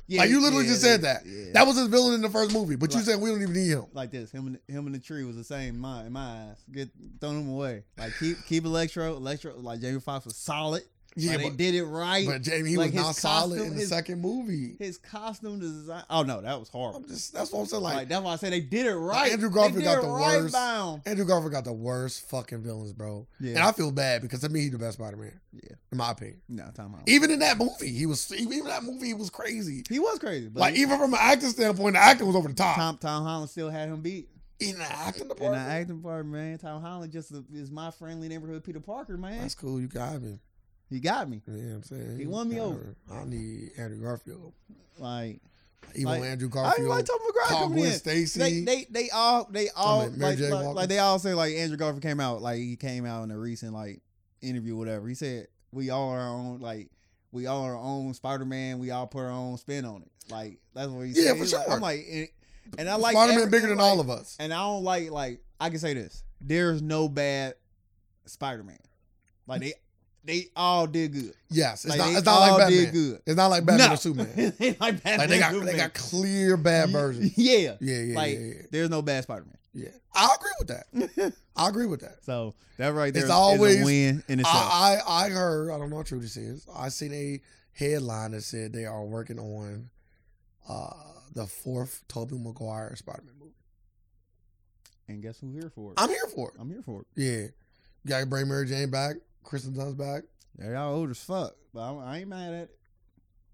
Speaker 1: Yeah,
Speaker 2: Like, you literally just said that.
Speaker 1: yeah.
Speaker 2: That was his villain in the first movie, but you
Speaker 1: Right.
Speaker 2: said we don't even need him.
Speaker 1: like this. Him and him and the tree was the same. In my in my eyes, get thrown him away. Like keep keep Electro. Electro like Jamie Foxx was solid.
Speaker 2: Yeah,
Speaker 1: like,
Speaker 2: but,
Speaker 1: they did it right.
Speaker 2: but Jamie, he
Speaker 1: like,
Speaker 2: was
Speaker 1: his
Speaker 2: not solid
Speaker 1: costume
Speaker 2: in the
Speaker 1: is-
Speaker 2: second movie.
Speaker 1: His costume design. Oh no, that was
Speaker 2: I'm
Speaker 1: horrible.
Speaker 2: just that's what I'm saying.
Speaker 1: Like,
Speaker 2: Like,
Speaker 1: that's why I said they did it right.
Speaker 2: Andrew Garfield
Speaker 1: they did
Speaker 2: got
Speaker 1: it
Speaker 2: the
Speaker 1: right
Speaker 2: worst.
Speaker 1: Bound.
Speaker 2: Andrew Garfield got the worst fucking villains, bro.
Speaker 1: Yeah.
Speaker 2: And I feel bad because to me he's the best Spider Man.
Speaker 1: Yeah.
Speaker 2: In my opinion.
Speaker 1: no, Tom Holland.
Speaker 2: Even in that movie, he was even that movie he was crazy.
Speaker 1: He was crazy, but
Speaker 2: Like
Speaker 1: he-
Speaker 2: even from an acting standpoint, the acting was over the top.
Speaker 1: Tom Tom Holland still had him beat.
Speaker 2: in the acting
Speaker 1: In the
Speaker 2: department.
Speaker 1: acting part, man, Tom Holland just is my friendly neighborhood Peter Parker, man.
Speaker 2: That's cool. You got me.
Speaker 1: He got me.
Speaker 2: You know what I'm saying?
Speaker 1: He won me
Speaker 2: Got
Speaker 1: over.
Speaker 2: her. I need Andrew Garfield.
Speaker 1: Like
Speaker 2: Even
Speaker 1: Like,
Speaker 2: Andrew
Speaker 1: I didn't
Speaker 2: Garfield.
Speaker 1: like Tom McGraw
Speaker 2: Paul
Speaker 1: coming
Speaker 2: Gwen
Speaker 1: in. They,
Speaker 2: Stacy.
Speaker 1: they they all they all
Speaker 2: mean, Mary
Speaker 1: like,
Speaker 2: J.
Speaker 1: like,
Speaker 2: Walker.
Speaker 1: like they all say like Andrew Garfield came out like he came out in a recent like interview whatever he said we all are our own like we all are our own Spider Man we all put our own spin on it like that's what he
Speaker 2: Yeah,
Speaker 1: said
Speaker 2: for
Speaker 1: He's like-
Speaker 2: sure.
Speaker 1: I'm like and, and I like
Speaker 2: Spider Man
Speaker 1: every-
Speaker 2: bigger than
Speaker 1: like,
Speaker 2: all of us.
Speaker 1: and I don't like like I can say this there's no bad Spider Man like they they all did good
Speaker 2: Yes. It's
Speaker 1: like
Speaker 2: not
Speaker 1: they
Speaker 2: it's not like
Speaker 1: all did
Speaker 2: Batman.
Speaker 1: good
Speaker 2: It's not like Batman
Speaker 1: No.
Speaker 2: or Superman.
Speaker 1: They like Batman
Speaker 2: Like they got
Speaker 1: Superman.
Speaker 2: they got clear bad versions.
Speaker 1: yeah
Speaker 2: Yeah, yeah,
Speaker 1: Like-
Speaker 2: yeah, yeah,
Speaker 1: there's no bad Spider Man.
Speaker 2: yeah. I agree with that. I agree with that.
Speaker 1: So that right there
Speaker 2: It's
Speaker 1: is
Speaker 2: always-
Speaker 1: a win in itself.
Speaker 2: I, I I heard I don't know how true this is. I seen a headline that said they are working on uh the fourth Tobey Maguire Spider Man movie.
Speaker 1: and guess who's here for it? I'm,
Speaker 2: I'm here for it.
Speaker 1: here for it.
Speaker 2: Yeah, you gotta bring Mary Jane back. Kristen Dunst back.
Speaker 1: They all old as fuck, but I, I ain't mad at it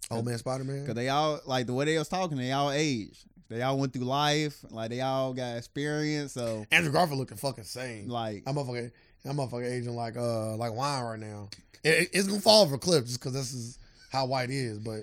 Speaker 2: Old man Spider
Speaker 1: because
Speaker 2: Man.
Speaker 1: they all like the way they was talking. They all aged. They all went through life. Like they all got experience. So
Speaker 2: Andrew Garfield looking fucking sane.
Speaker 1: like
Speaker 2: I'm motherfucking I'm motherfucking aging like uh like wine right now. It, it- it's gonna fall over a cliff just because this is how white is. But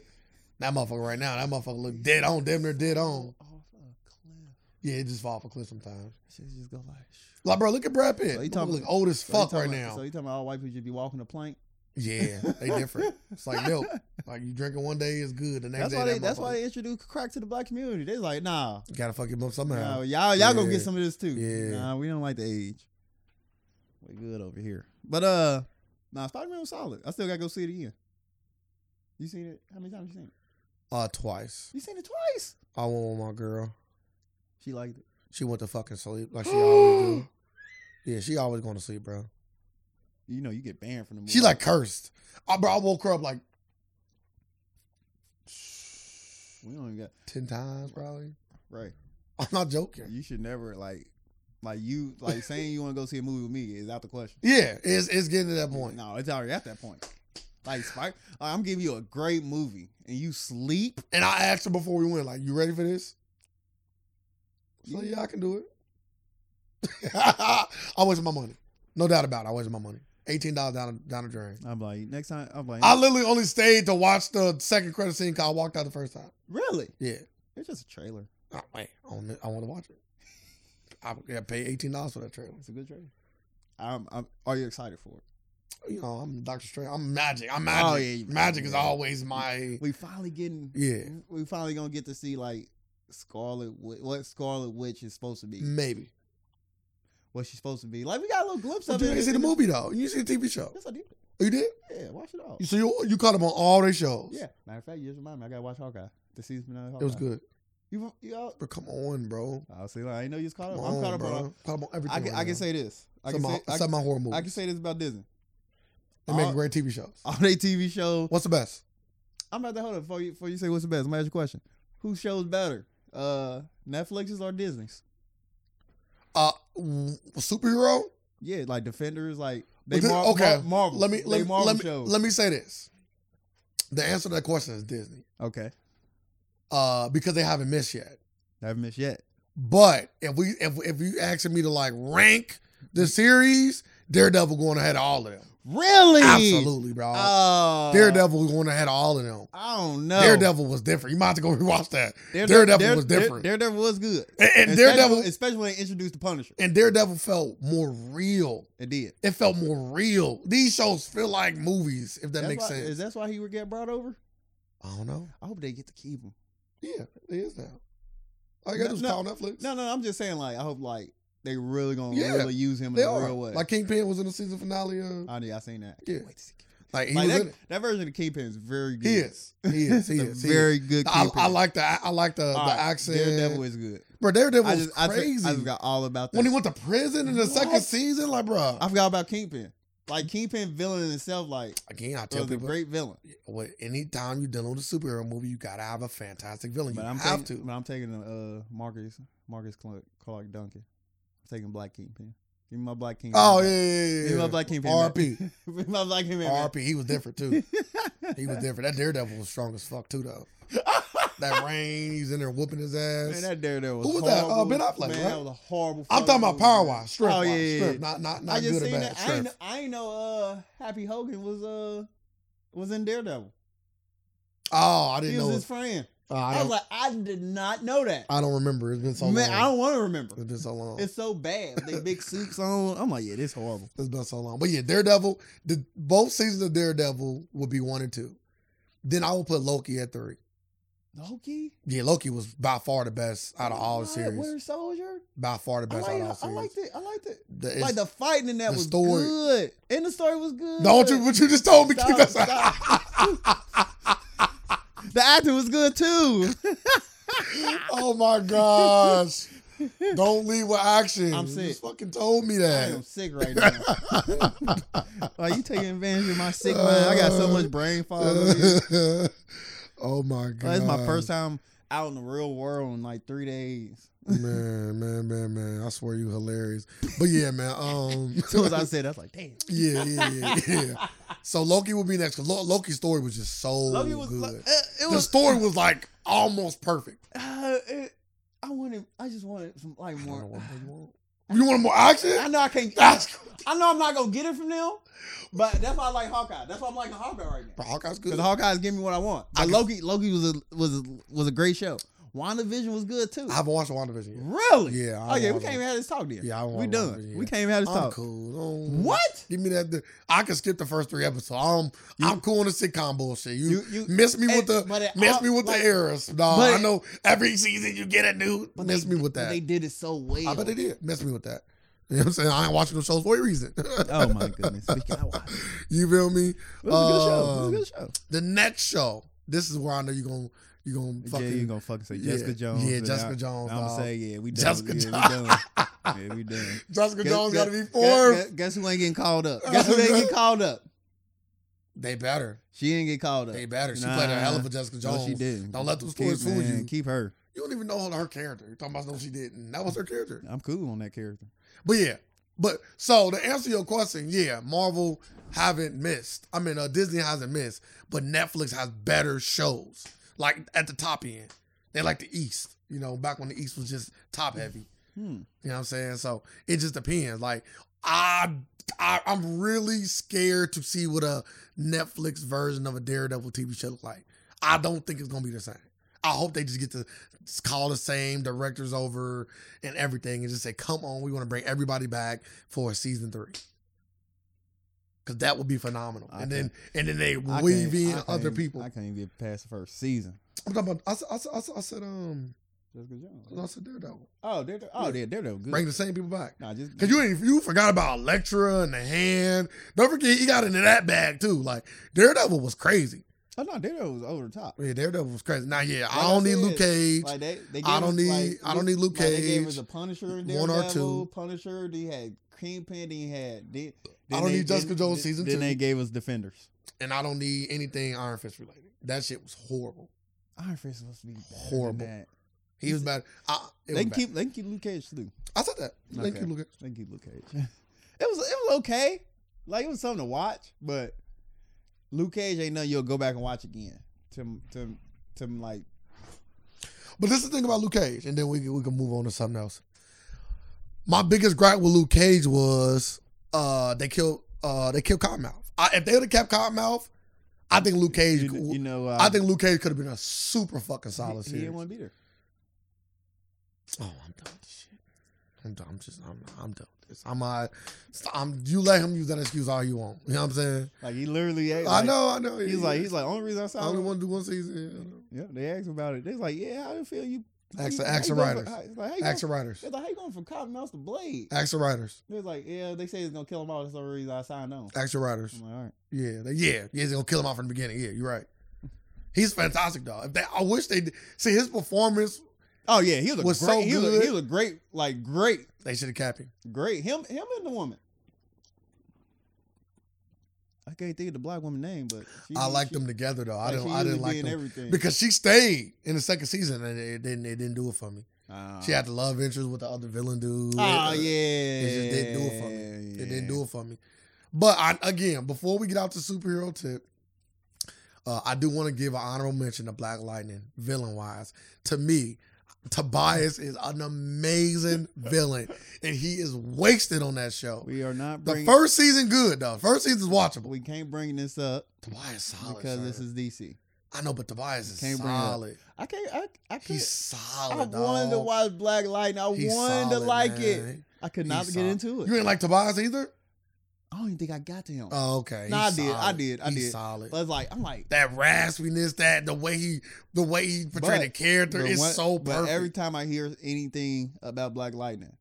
Speaker 2: that motherfucker right now, that motherfucker look dead on, damn near dead on.
Speaker 1: Off a cliff.
Speaker 2: Yeah, it just fall off a cliff sometimes.
Speaker 1: Shit just go like. shh.
Speaker 2: Like, bro, look at Brad Pitt.
Speaker 1: So
Speaker 2: he
Speaker 1: he
Speaker 2: talking
Speaker 1: talking-
Speaker 2: look old as
Speaker 1: So you
Speaker 2: fuck
Speaker 1: talking
Speaker 2: right
Speaker 1: about-
Speaker 2: now.
Speaker 1: So you talking about all white people should be walking a plank?
Speaker 2: yeah, they different. It's like milk. Like you drink it one day, it's good. The next
Speaker 1: That's
Speaker 2: day,
Speaker 1: why. They,
Speaker 2: that
Speaker 1: that's why
Speaker 2: motherfucker-
Speaker 1: they introduced crack to the black community. They like, nah,
Speaker 2: you gotta fuck him
Speaker 1: nah
Speaker 2: up somehow.
Speaker 1: y'all, y'all gonna
Speaker 2: Yeah.
Speaker 1: get some of this too.
Speaker 2: Yeah.
Speaker 1: Nah, we don't like the age. We good over here. But uh, nah, Spider Man was solid. I still gotta go see it again. You seen it? How many times you seen it?
Speaker 2: Uh, twice.
Speaker 1: You seen it twice.
Speaker 2: I went with my girl.
Speaker 1: She liked it.
Speaker 2: She went to fucking sleep like she always do. Yeah, she always going to sleep, bro.
Speaker 1: You know, you get banned from the movie.
Speaker 2: She like cursed. I bro, I woke her up like
Speaker 1: we don't even got
Speaker 2: ten times probably.
Speaker 1: right.
Speaker 2: I'm not joking.
Speaker 1: You should never like, like you like saying you want to go see a movie with me is out the question.
Speaker 2: Yeah, it's it's getting to that point.
Speaker 1: No, it's already at that point. Like, Spider, I'm giving you a great movie and you sleep.
Speaker 2: And I asked her before we went, like, you ready for this? So yeah, I can do it. I wasted my money. No doubt about it. I wasted my money. Eighteen dollars down down the drain.
Speaker 1: I'm like, next time, I'm like,
Speaker 2: I literally only stayed to watch the second credit scene because I walked out the first time.
Speaker 1: really?
Speaker 2: Yeah.
Speaker 1: It's just a trailer.
Speaker 2: Oh man, I want to, I want to watch it. I yeah, pay eighteen dollars for that trailer.
Speaker 1: It's a good trailer. I'm, I'm, are you excited for it?
Speaker 2: You know, I'm Doctor Strange. I'm magic. I'm magic.
Speaker 1: Oh, yeah, you-
Speaker 2: magic is
Speaker 1: yeah.
Speaker 2: always my
Speaker 1: We finally getting,
Speaker 2: yeah.
Speaker 1: we finally gonna get to see like Scarlet, Wi- what Scarlet Witch is supposed to be,
Speaker 2: Maybe.
Speaker 1: what she's supposed to be. Like we got a little glimpse
Speaker 2: But
Speaker 1: of
Speaker 2: you
Speaker 1: it.
Speaker 2: didn't see the movie though. You didn't see the TV show.
Speaker 1: Yes, I did.
Speaker 2: Oh, you did.
Speaker 1: Yeah, watch it all.
Speaker 2: You- So you you caught up on all their shows.
Speaker 1: Yeah. Matter of fact, you just remind me. I gotta watch Hawkeye. The season finale. of Hawkeye.
Speaker 2: it was good.
Speaker 1: You, you all,
Speaker 2: But come on, bro.
Speaker 1: I'll see. Like, I ain't know you was caught up.
Speaker 2: Come
Speaker 1: I'm
Speaker 2: on,
Speaker 1: caught up
Speaker 2: bro.
Speaker 1: on.
Speaker 2: Caught up on everything.
Speaker 1: I can,
Speaker 2: right
Speaker 1: I can
Speaker 2: now.
Speaker 1: say this. I
Speaker 2: Some
Speaker 1: can
Speaker 2: of my-
Speaker 1: say, I,
Speaker 2: some of my horror
Speaker 1: I can
Speaker 2: movies.
Speaker 1: say this about Disney.
Speaker 2: They make
Speaker 1: all-
Speaker 2: great TV shows.
Speaker 1: All they TV shows.
Speaker 2: What's the best?
Speaker 1: I'm about to hold up before you before you say what's the best. I'm gonna ask you a question. Who shows better, uh, Netflix's or Disney's?
Speaker 2: Uh, w- superhero.
Speaker 1: Yeah, like Defenders, like they
Speaker 2: Well,
Speaker 1: mar-
Speaker 2: thi- okay,
Speaker 1: mar- Marvel.
Speaker 2: Let me
Speaker 1: they
Speaker 2: let, me-
Speaker 1: Marvel
Speaker 2: let me
Speaker 1: shows.
Speaker 2: let me say this. The answer to that question is Disney,
Speaker 1: okay,
Speaker 2: uh, because they haven't missed yet.
Speaker 1: I haven't missed yet.
Speaker 2: But if we if if you asking me to like rank
Speaker 1: Mm-hmm.
Speaker 2: the series, Daredevil going ahead of all of them.
Speaker 1: Really?
Speaker 2: Absolutely, bro.
Speaker 1: Oh,
Speaker 2: Daredevil was going ahead of all of them.
Speaker 1: I don't know.
Speaker 2: Daredevil was different. You might have to go rewatch that. Daredevil was
Speaker 1: Dare-
Speaker 2: different.
Speaker 1: Daredevil was good.
Speaker 2: And, and
Speaker 1: Especially-
Speaker 2: Daredevil
Speaker 1: especially when they introduced the Punisher.
Speaker 2: and Daredevil felt more real.
Speaker 1: It did.
Speaker 2: It felt more real. These shows feel like movies, if that
Speaker 1: That's
Speaker 2: makes
Speaker 1: why-
Speaker 2: sense.
Speaker 1: Is that why he would get brought over?
Speaker 2: I don't know.
Speaker 1: I hope they get to keep him.
Speaker 2: Yeah, it is now. All you
Speaker 1: No,
Speaker 2: gotta do is
Speaker 1: no,
Speaker 2: call Netflix.
Speaker 1: No, no, I'm just saying. Like, I hope like they really gonna
Speaker 2: Yeah,
Speaker 1: really use him in
Speaker 2: they
Speaker 1: a
Speaker 2: are.
Speaker 1: real way.
Speaker 2: Like Kingpin was in the season finale of
Speaker 1: I knew I seen that. I
Speaker 2: Yeah.
Speaker 1: can't wait to see.
Speaker 2: Like he
Speaker 1: Like
Speaker 2: was
Speaker 1: that,
Speaker 2: in it.
Speaker 1: that version of Kingpin is very good.
Speaker 2: He is. He is. He
Speaker 1: A
Speaker 2: is. He is.
Speaker 1: very good
Speaker 2: I,
Speaker 1: Kingpin.
Speaker 2: I like the I like the, the accent.
Speaker 1: Daredevil is good.
Speaker 2: bro, Daredevil
Speaker 1: I
Speaker 2: was
Speaker 1: just, I,
Speaker 2: crazy.
Speaker 1: think- I just got all about that.
Speaker 2: when he went to prison in the second
Speaker 1: What?
Speaker 2: season, like bro.
Speaker 1: I forgot about Kingpin. Like Kingpin villain itself, like
Speaker 2: Again, I tell
Speaker 1: was a
Speaker 2: people,
Speaker 1: great villain.
Speaker 2: what anytime you dealing with a superhero movie, you gotta have a fantastic villain.
Speaker 1: But
Speaker 2: you
Speaker 1: I'm
Speaker 2: have
Speaker 1: taking,
Speaker 2: to.
Speaker 1: but I'm taking uh Marcus Marcus Clark, Clark Duncan. I'm taking Black Kingpin. Give me my Black Kingpin.
Speaker 2: Oh yeah,
Speaker 1: back.
Speaker 2: yeah,
Speaker 1: give
Speaker 2: yeah,
Speaker 1: me my
Speaker 2: yeah.
Speaker 1: Black Kingpin. back.
Speaker 2: RP,
Speaker 1: give me my Black Kingpin. back.
Speaker 2: RP. He was different too. He was different. That Daredevil was strong as fuck too though. That rain, he's in there whooping his
Speaker 1: man,
Speaker 2: ass.
Speaker 1: that Daredevil.
Speaker 2: Who was that? Uh,
Speaker 1: horrible.
Speaker 2: Ben
Speaker 1: Man,
Speaker 2: Affleck, right?
Speaker 1: that was a horrible.
Speaker 2: I'm talking about power wise, strength
Speaker 1: Oh,
Speaker 2: wise,
Speaker 1: yeah, yeah,
Speaker 2: strength,
Speaker 1: yeah.
Speaker 2: not not
Speaker 1: I
Speaker 2: not
Speaker 1: just
Speaker 2: good or
Speaker 1: seen
Speaker 2: bad.
Speaker 1: that. I ain't,
Speaker 2: Strength.
Speaker 1: I ain't know. Uh, Happy Hogan was uh was in Daredevil.
Speaker 2: Oh, I
Speaker 1: He
Speaker 2: didn't
Speaker 1: was
Speaker 2: know.
Speaker 1: his friend.
Speaker 2: Oh, I,
Speaker 1: I, was
Speaker 2: don't,
Speaker 1: like, I did not know that.
Speaker 2: I don't remember. It's been so
Speaker 1: Man, I
Speaker 2: long.
Speaker 1: don't want to remember.
Speaker 2: It's been so long.
Speaker 1: It's so bad. They big suits on. I'm like, yeah, this horrible.
Speaker 2: It's been so long. But yeah, Daredevil, the both seasons of Daredevil would be one and two. Then I would put Loki at three.
Speaker 1: Loki
Speaker 2: Yeah, Loki was by far the best out of all the
Speaker 1: What?
Speaker 2: series.
Speaker 1: Winter Soldier.
Speaker 2: by far the
Speaker 1: I
Speaker 2: best
Speaker 1: like,
Speaker 2: out of all
Speaker 1: I
Speaker 2: series.
Speaker 1: liked it. I liked it.
Speaker 2: The- it's-
Speaker 1: like the fighting in that
Speaker 2: the
Speaker 1: was
Speaker 2: story-
Speaker 1: good, and the story was good.
Speaker 2: don't you what you just told me.
Speaker 1: Stop,
Speaker 2: keep that-
Speaker 1: The acting was good too.
Speaker 2: oh my gosh. Don't leave with action.
Speaker 1: I'm
Speaker 2: You
Speaker 1: sick.
Speaker 2: just fucking told me
Speaker 1: I
Speaker 2: that.
Speaker 1: am sick right now. Like you taking advantage of my sick mind. I got
Speaker 2: Uh,
Speaker 1: so much brain fog. over here.
Speaker 2: oh my god.
Speaker 1: Like, It's my first time out in the real world in like three days.
Speaker 2: Man, man, man, man. I swear you hilarious. But yeah, man. Um
Speaker 1: As soon as I said, that, I was like, damn.
Speaker 2: Yeah, yeah, yeah, yeah. So Loki will be next because Loki's story was just so
Speaker 1: Loki was
Speaker 2: good.
Speaker 1: like, uh, it
Speaker 2: the
Speaker 1: was.
Speaker 2: story was like almost perfect.
Speaker 1: Uh, it, I wanted. I just wanted some like
Speaker 2: I don't know
Speaker 1: more.
Speaker 2: what more you want. You want more action?
Speaker 1: I know I can't.
Speaker 2: That's
Speaker 1: I know I'm not gonna get it from them, but that's why I like Hawkeye. That's why I'm liking Hawkeye right now.
Speaker 2: Bro, Hawkeye's good.
Speaker 1: Because Hawkeye's giving me what I want. But
Speaker 2: I can-
Speaker 1: Loki, Loki was a was a, was a great show. WandaVision was good too.
Speaker 2: I haven't watched WandaVision yet.
Speaker 1: really?
Speaker 2: Yeah.
Speaker 1: Oh
Speaker 2: I
Speaker 1: yeah,
Speaker 2: haven't
Speaker 1: we
Speaker 2: watched
Speaker 1: can't even have this talk then.
Speaker 2: Yeah, I haven't
Speaker 1: we
Speaker 2: watched
Speaker 1: done.
Speaker 2: WandaVision
Speaker 1: We
Speaker 2: yet.
Speaker 1: can't even have this
Speaker 2: WandaVision. I'm
Speaker 1: talk.
Speaker 2: cool. I don't-
Speaker 1: What?
Speaker 2: Give me that. I can skip the first three episodes. I'm I'm cool on the sitcom bullshit. You,
Speaker 1: You you
Speaker 2: miss me with
Speaker 1: and-
Speaker 2: the
Speaker 1: but it
Speaker 2: miss
Speaker 1: all-
Speaker 2: me with
Speaker 1: like,
Speaker 2: the errors. No,
Speaker 1: but-
Speaker 2: I know every season you get a new
Speaker 1: but
Speaker 2: miss
Speaker 1: they-
Speaker 2: me with
Speaker 1: but
Speaker 2: that.
Speaker 1: They did it so well.
Speaker 2: I bet they did miss me with that. You know what I'm saying? I ain't watching those shows for a reason.
Speaker 1: Oh my goodness! We can, I watched it.
Speaker 2: you feel me?
Speaker 1: It was a good show. It was a good show.
Speaker 2: The next show. This is where I know you're gonna you're gonna
Speaker 1: yeah,
Speaker 2: fucking
Speaker 1: you gonna fucking say
Speaker 2: yeah,
Speaker 1: Jessica Jones?
Speaker 2: Yeah,
Speaker 1: and
Speaker 2: Jessica
Speaker 1: I,
Speaker 2: Jones.
Speaker 1: I'm gonna
Speaker 2: dog.
Speaker 1: say yeah, we done.
Speaker 2: Jessica
Speaker 1: yeah, we done. yeah, we done.
Speaker 2: Jessica
Speaker 1: Guess-
Speaker 2: Jones
Speaker 1: guess-
Speaker 2: gotta be
Speaker 1: Guess,
Speaker 2: fourth.
Speaker 1: guess- guess who ain't getting called up? Guess who ain't getting called up?
Speaker 2: They better.
Speaker 1: She didn't get called up.
Speaker 2: They better. She played a
Speaker 1: Nah.
Speaker 2: hell of a Jessica Jones.
Speaker 1: No, she didn't.
Speaker 2: Don't let those
Speaker 1: Keep,
Speaker 2: stories fool
Speaker 1: man,
Speaker 2: you.
Speaker 1: Keep her.
Speaker 2: You don't even know her, her character. You're talking about no, she didn't. That was her character.
Speaker 1: I'm cool on that character.
Speaker 2: But yeah. But so to answer your question, yeah, Marvel haven't missed. I mean, uh, Disney hasn't missed, but Netflix has better shows. Like at the top end, they like the East. You know, back when the East was just top heavy.
Speaker 1: Hmm.
Speaker 2: You know what I'm saying? So it just depends. Like I, I I'm really scared to see what a Netflix version of a Daredevil TV show look like. I don't think it's gonna be the same. I hope they just get to s- call the same directors over and everything and just say, come on, we want to bring everybody back for season three. Cause that would be phenomenal.
Speaker 1: I
Speaker 2: and then and then they
Speaker 1: I
Speaker 2: weave
Speaker 1: can't-
Speaker 2: in
Speaker 1: I
Speaker 2: other
Speaker 1: can't-
Speaker 2: people.
Speaker 1: I can't even get past the first season.
Speaker 2: I'm talking about I, s- I s- I s- I said um
Speaker 1: Jessica Jones.
Speaker 2: I said Daredevil.
Speaker 1: Oh, they're oh
Speaker 2: Yeah.
Speaker 1: they're they're good.
Speaker 2: Bring the same people back.
Speaker 1: nah, just
Speaker 2: Cause you ain't, you forgot about Electra and the hand. Don't forget he got into that bag too. Like Daredevil was crazy.
Speaker 1: Oh no, Daredevil was over the top.
Speaker 2: Yeah, Daredevil was crazy. Now yeah,
Speaker 1: Like
Speaker 2: I don't
Speaker 1: I
Speaker 2: need
Speaker 1: said,
Speaker 2: Luke Cage.
Speaker 1: Like they, they
Speaker 2: I
Speaker 1: gave
Speaker 2: don't
Speaker 1: us,
Speaker 2: need-
Speaker 1: like,
Speaker 2: I don't need Luke
Speaker 1: Like, they gave us a
Speaker 2: Cage,
Speaker 1: Punisher, in
Speaker 2: one or
Speaker 1: Daredevil,
Speaker 2: two.
Speaker 1: Punisher. They had Kingpin. They had. They,
Speaker 2: I don't need Jessica Jones season
Speaker 1: Then
Speaker 2: two.
Speaker 1: they gave us Defenders.
Speaker 2: and I don't need anything Iron Fist related. That shit was horrible.
Speaker 1: Iron Fist was supposed to be better than
Speaker 2: Horrible.
Speaker 1: that.
Speaker 2: He was bad. I,
Speaker 1: They
Speaker 2: it was
Speaker 1: can
Speaker 2: bad.
Speaker 1: keep they can keep Luke Cage too.
Speaker 2: I said that. Thank
Speaker 1: Okay.
Speaker 2: you, Luke. Cage.
Speaker 1: They can keep Luke Cage. it was it was okay. Like it was something to watch, but Luke Cage ain't nothing you'll go back and watch again. To to to like
Speaker 2: But this is the thing about Luke Cage, and then we can, we can move on to something else. My biggest gripe with Luke Cage was uh, they killed uh, they killed Cottonmouth. I, if they would have kept Cottonmouth, I think Luke Cage.
Speaker 1: you, you know. Uh,
Speaker 2: I think Luke Cage could have been a super fucking solid
Speaker 1: he, he
Speaker 2: series.
Speaker 1: didn't want to be there.
Speaker 2: oh, I'm done with this shit. I'm done. I'm just. I'm. I'm done with this. I'm. I, I'm. You let him use that excuse all you want. You know what I'm saying?
Speaker 1: Like he literally. Like,
Speaker 2: I know. I know.
Speaker 1: He's like he's like only reason I
Speaker 2: I
Speaker 1: saw.
Speaker 2: only
Speaker 1: him-
Speaker 2: want to do one season.
Speaker 1: Yep, they asked him about it. They was like, yeah, how do you feel you
Speaker 2: Axe,
Speaker 1: How you-
Speaker 2: axe
Speaker 1: how you going
Speaker 2: riders.
Speaker 1: from- how- like, how you
Speaker 2: Axe
Speaker 1: going-
Speaker 2: riders.
Speaker 1: It's like how you going from Cottonmouth to Blade?
Speaker 2: Axe riders.
Speaker 1: It was like, yeah, they say it's gonna kill them all. That's the reason I signed on.
Speaker 2: Axe riders.
Speaker 1: I'm like, all right.
Speaker 2: Yeah, they, yeah, yeah. They're gonna kill him off in the beginning. Yeah, you're right. He's fantastic, though. If they, I wish they see his performance.
Speaker 1: Oh yeah, he was a
Speaker 2: Was
Speaker 1: great.
Speaker 2: so
Speaker 1: he, was a,
Speaker 2: good.
Speaker 1: he was a great, like great,
Speaker 2: They should have capped him.
Speaker 1: great. Him, him, and the woman. I can't think of the black woman's name, but she,
Speaker 2: I liked
Speaker 1: she-
Speaker 2: them together, though.
Speaker 1: like,
Speaker 2: I didn't.
Speaker 1: she
Speaker 2: I
Speaker 1: used
Speaker 2: didn't
Speaker 1: to be
Speaker 2: like
Speaker 1: in
Speaker 2: them
Speaker 1: everything.
Speaker 2: because she stayed in the second season, and it didn't. It didn't do it for me.
Speaker 1: Ah.
Speaker 2: She had the love interest with the other villain dude.
Speaker 1: Ah,
Speaker 2: Uh,
Speaker 1: yeah.
Speaker 2: just didn't do it for It didn't do it for me. But I, again, before we get out to superhero tip, uh, I do want to give an honorable mention to Black Lightning, villain wise. To me, Tobias is an amazing villain, and he is wasted on that show.
Speaker 1: We are not
Speaker 2: The
Speaker 1: bringing.
Speaker 2: first season, good though. First season's watchable.
Speaker 1: we can't bring this up
Speaker 2: Tobias solid
Speaker 1: because
Speaker 2: sir.
Speaker 1: this is DC.
Speaker 2: I know, but Tobias is
Speaker 1: Can't bring it up.
Speaker 2: solid.
Speaker 1: I can't. I, I could.
Speaker 2: He's
Speaker 1: I
Speaker 2: solid.
Speaker 1: wanted to
Speaker 2: dog.
Speaker 1: watch Black Lightning. I
Speaker 2: He's
Speaker 1: wanted to
Speaker 2: solid,
Speaker 1: like it.
Speaker 2: man.
Speaker 1: I could
Speaker 2: He's
Speaker 1: not get
Speaker 2: solid.
Speaker 1: into it.
Speaker 2: You ain't like Tobias either.
Speaker 1: I don't even think I got to him.
Speaker 2: Oh, okay.
Speaker 1: No, I
Speaker 2: He's
Speaker 1: did. I
Speaker 2: solid.
Speaker 1: did. I
Speaker 2: He's
Speaker 1: did.
Speaker 2: Solid.
Speaker 1: but it's like I'm like
Speaker 2: that raspiness, that the way he the way he portrayed the
Speaker 1: But-
Speaker 2: character
Speaker 1: but
Speaker 2: is
Speaker 1: one-
Speaker 2: so
Speaker 1: but
Speaker 2: perfect.
Speaker 1: every time I hear anything about Black Lightning,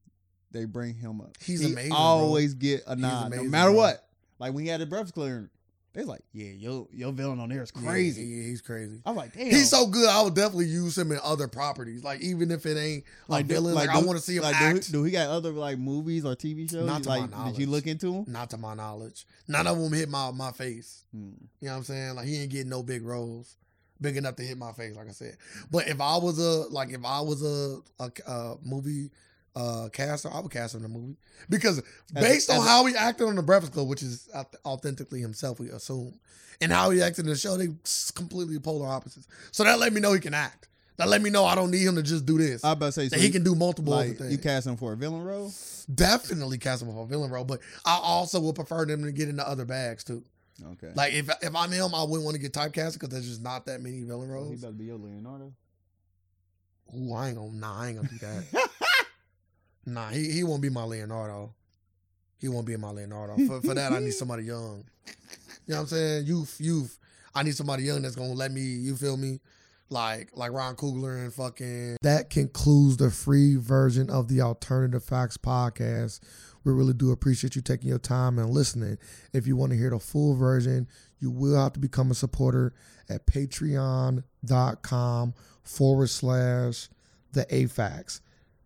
Speaker 1: they bring him up.
Speaker 2: He's
Speaker 1: He
Speaker 2: amazing, bro.
Speaker 1: Always get a
Speaker 2: He's
Speaker 1: nod, no
Speaker 2: amazing,
Speaker 1: matter
Speaker 2: bro.
Speaker 1: what. Like when he had the breath clearing, they was like, "Yeah, yo, your villain on there is
Speaker 2: Yeah,
Speaker 1: crazy."
Speaker 2: Yeah, he's crazy.
Speaker 1: I'm like, "Damn."
Speaker 2: He's so good. I would definitely use him in other properties. Like even if it ain't
Speaker 1: Like,
Speaker 2: a
Speaker 1: do-
Speaker 2: villain, like,
Speaker 1: like,
Speaker 2: I
Speaker 1: do-
Speaker 2: want to see him
Speaker 1: like, do,
Speaker 2: act.
Speaker 1: he- do he got other like movies or TV shows?
Speaker 2: Not to my
Speaker 1: like, did
Speaker 2: knowledge. Mm.
Speaker 1: you look into him?
Speaker 2: Not to my knowledge, none of them hit my my face.
Speaker 1: Mm.
Speaker 2: You know what I'm saying? Like he ain't getting no big roles, big enough to hit my face. Like I said, but if I was a like if I was a a, a movie uh caster, I would cast him in the movie because
Speaker 1: a-
Speaker 2: based on
Speaker 1: as a-
Speaker 2: how he acted on the Breakfast Club, which is au- authentically himself, we assume, and how he acted in the show, they s- completely polar opposites. So that let me know he can act. That let me know I don't need him to just do this.
Speaker 1: I about to say so
Speaker 2: that he
Speaker 1: you-
Speaker 2: can do multiple other
Speaker 1: Like,
Speaker 2: things
Speaker 1: you cast him for a villain role?
Speaker 2: definitely cast him for a villain role, but I also would prefer them to get into other bags too.
Speaker 1: Okay.
Speaker 2: Like if if I'm him, I wouldn't want to get typecast because there's just not that many villain
Speaker 1: So he
Speaker 2: roles.
Speaker 1: about to be your Leonardo.
Speaker 2: Ooh, I ain't gonna nah, I ain't gonna do that. nah, he, he won't be my Leonardo. He won't be my Leonardo. For for that, I need somebody young. You know what I'm saying? Youth, youth. I need somebody young that's gonna let me. You feel me? Like like Ron Coogler and fucking. That concludes the free version of the Alternative Facts podcast. We really do appreciate you taking your time and listening. If you want to hear the full version, you will have to become a supporter at patreon.com forward slash the AFAX.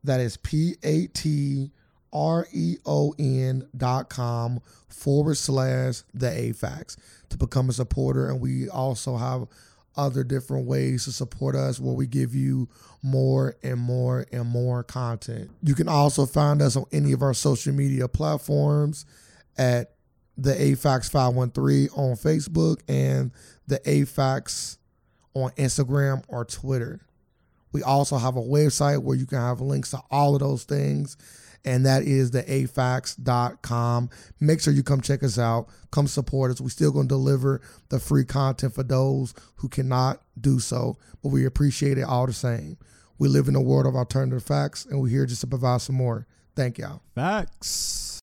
Speaker 2: That is P A T R E O N dot com forward slash the AFAX to become a supporter. And we also have other different ways to support us where we give you more and more and more content. You can also find us on any of our social media platforms at the AFAX 513 on Facebook and the AFAX on Instagram or Twitter. We also have a website where you can have links to all of those things, and that is the afax.com. Make sure you come check us out, come support us. We're still going to deliver the free content for those who cannot do so, but we appreciate it all the same. We live in a world of alternative facts, and we're here just to provide some more. Thank y'all.
Speaker 1: Facts.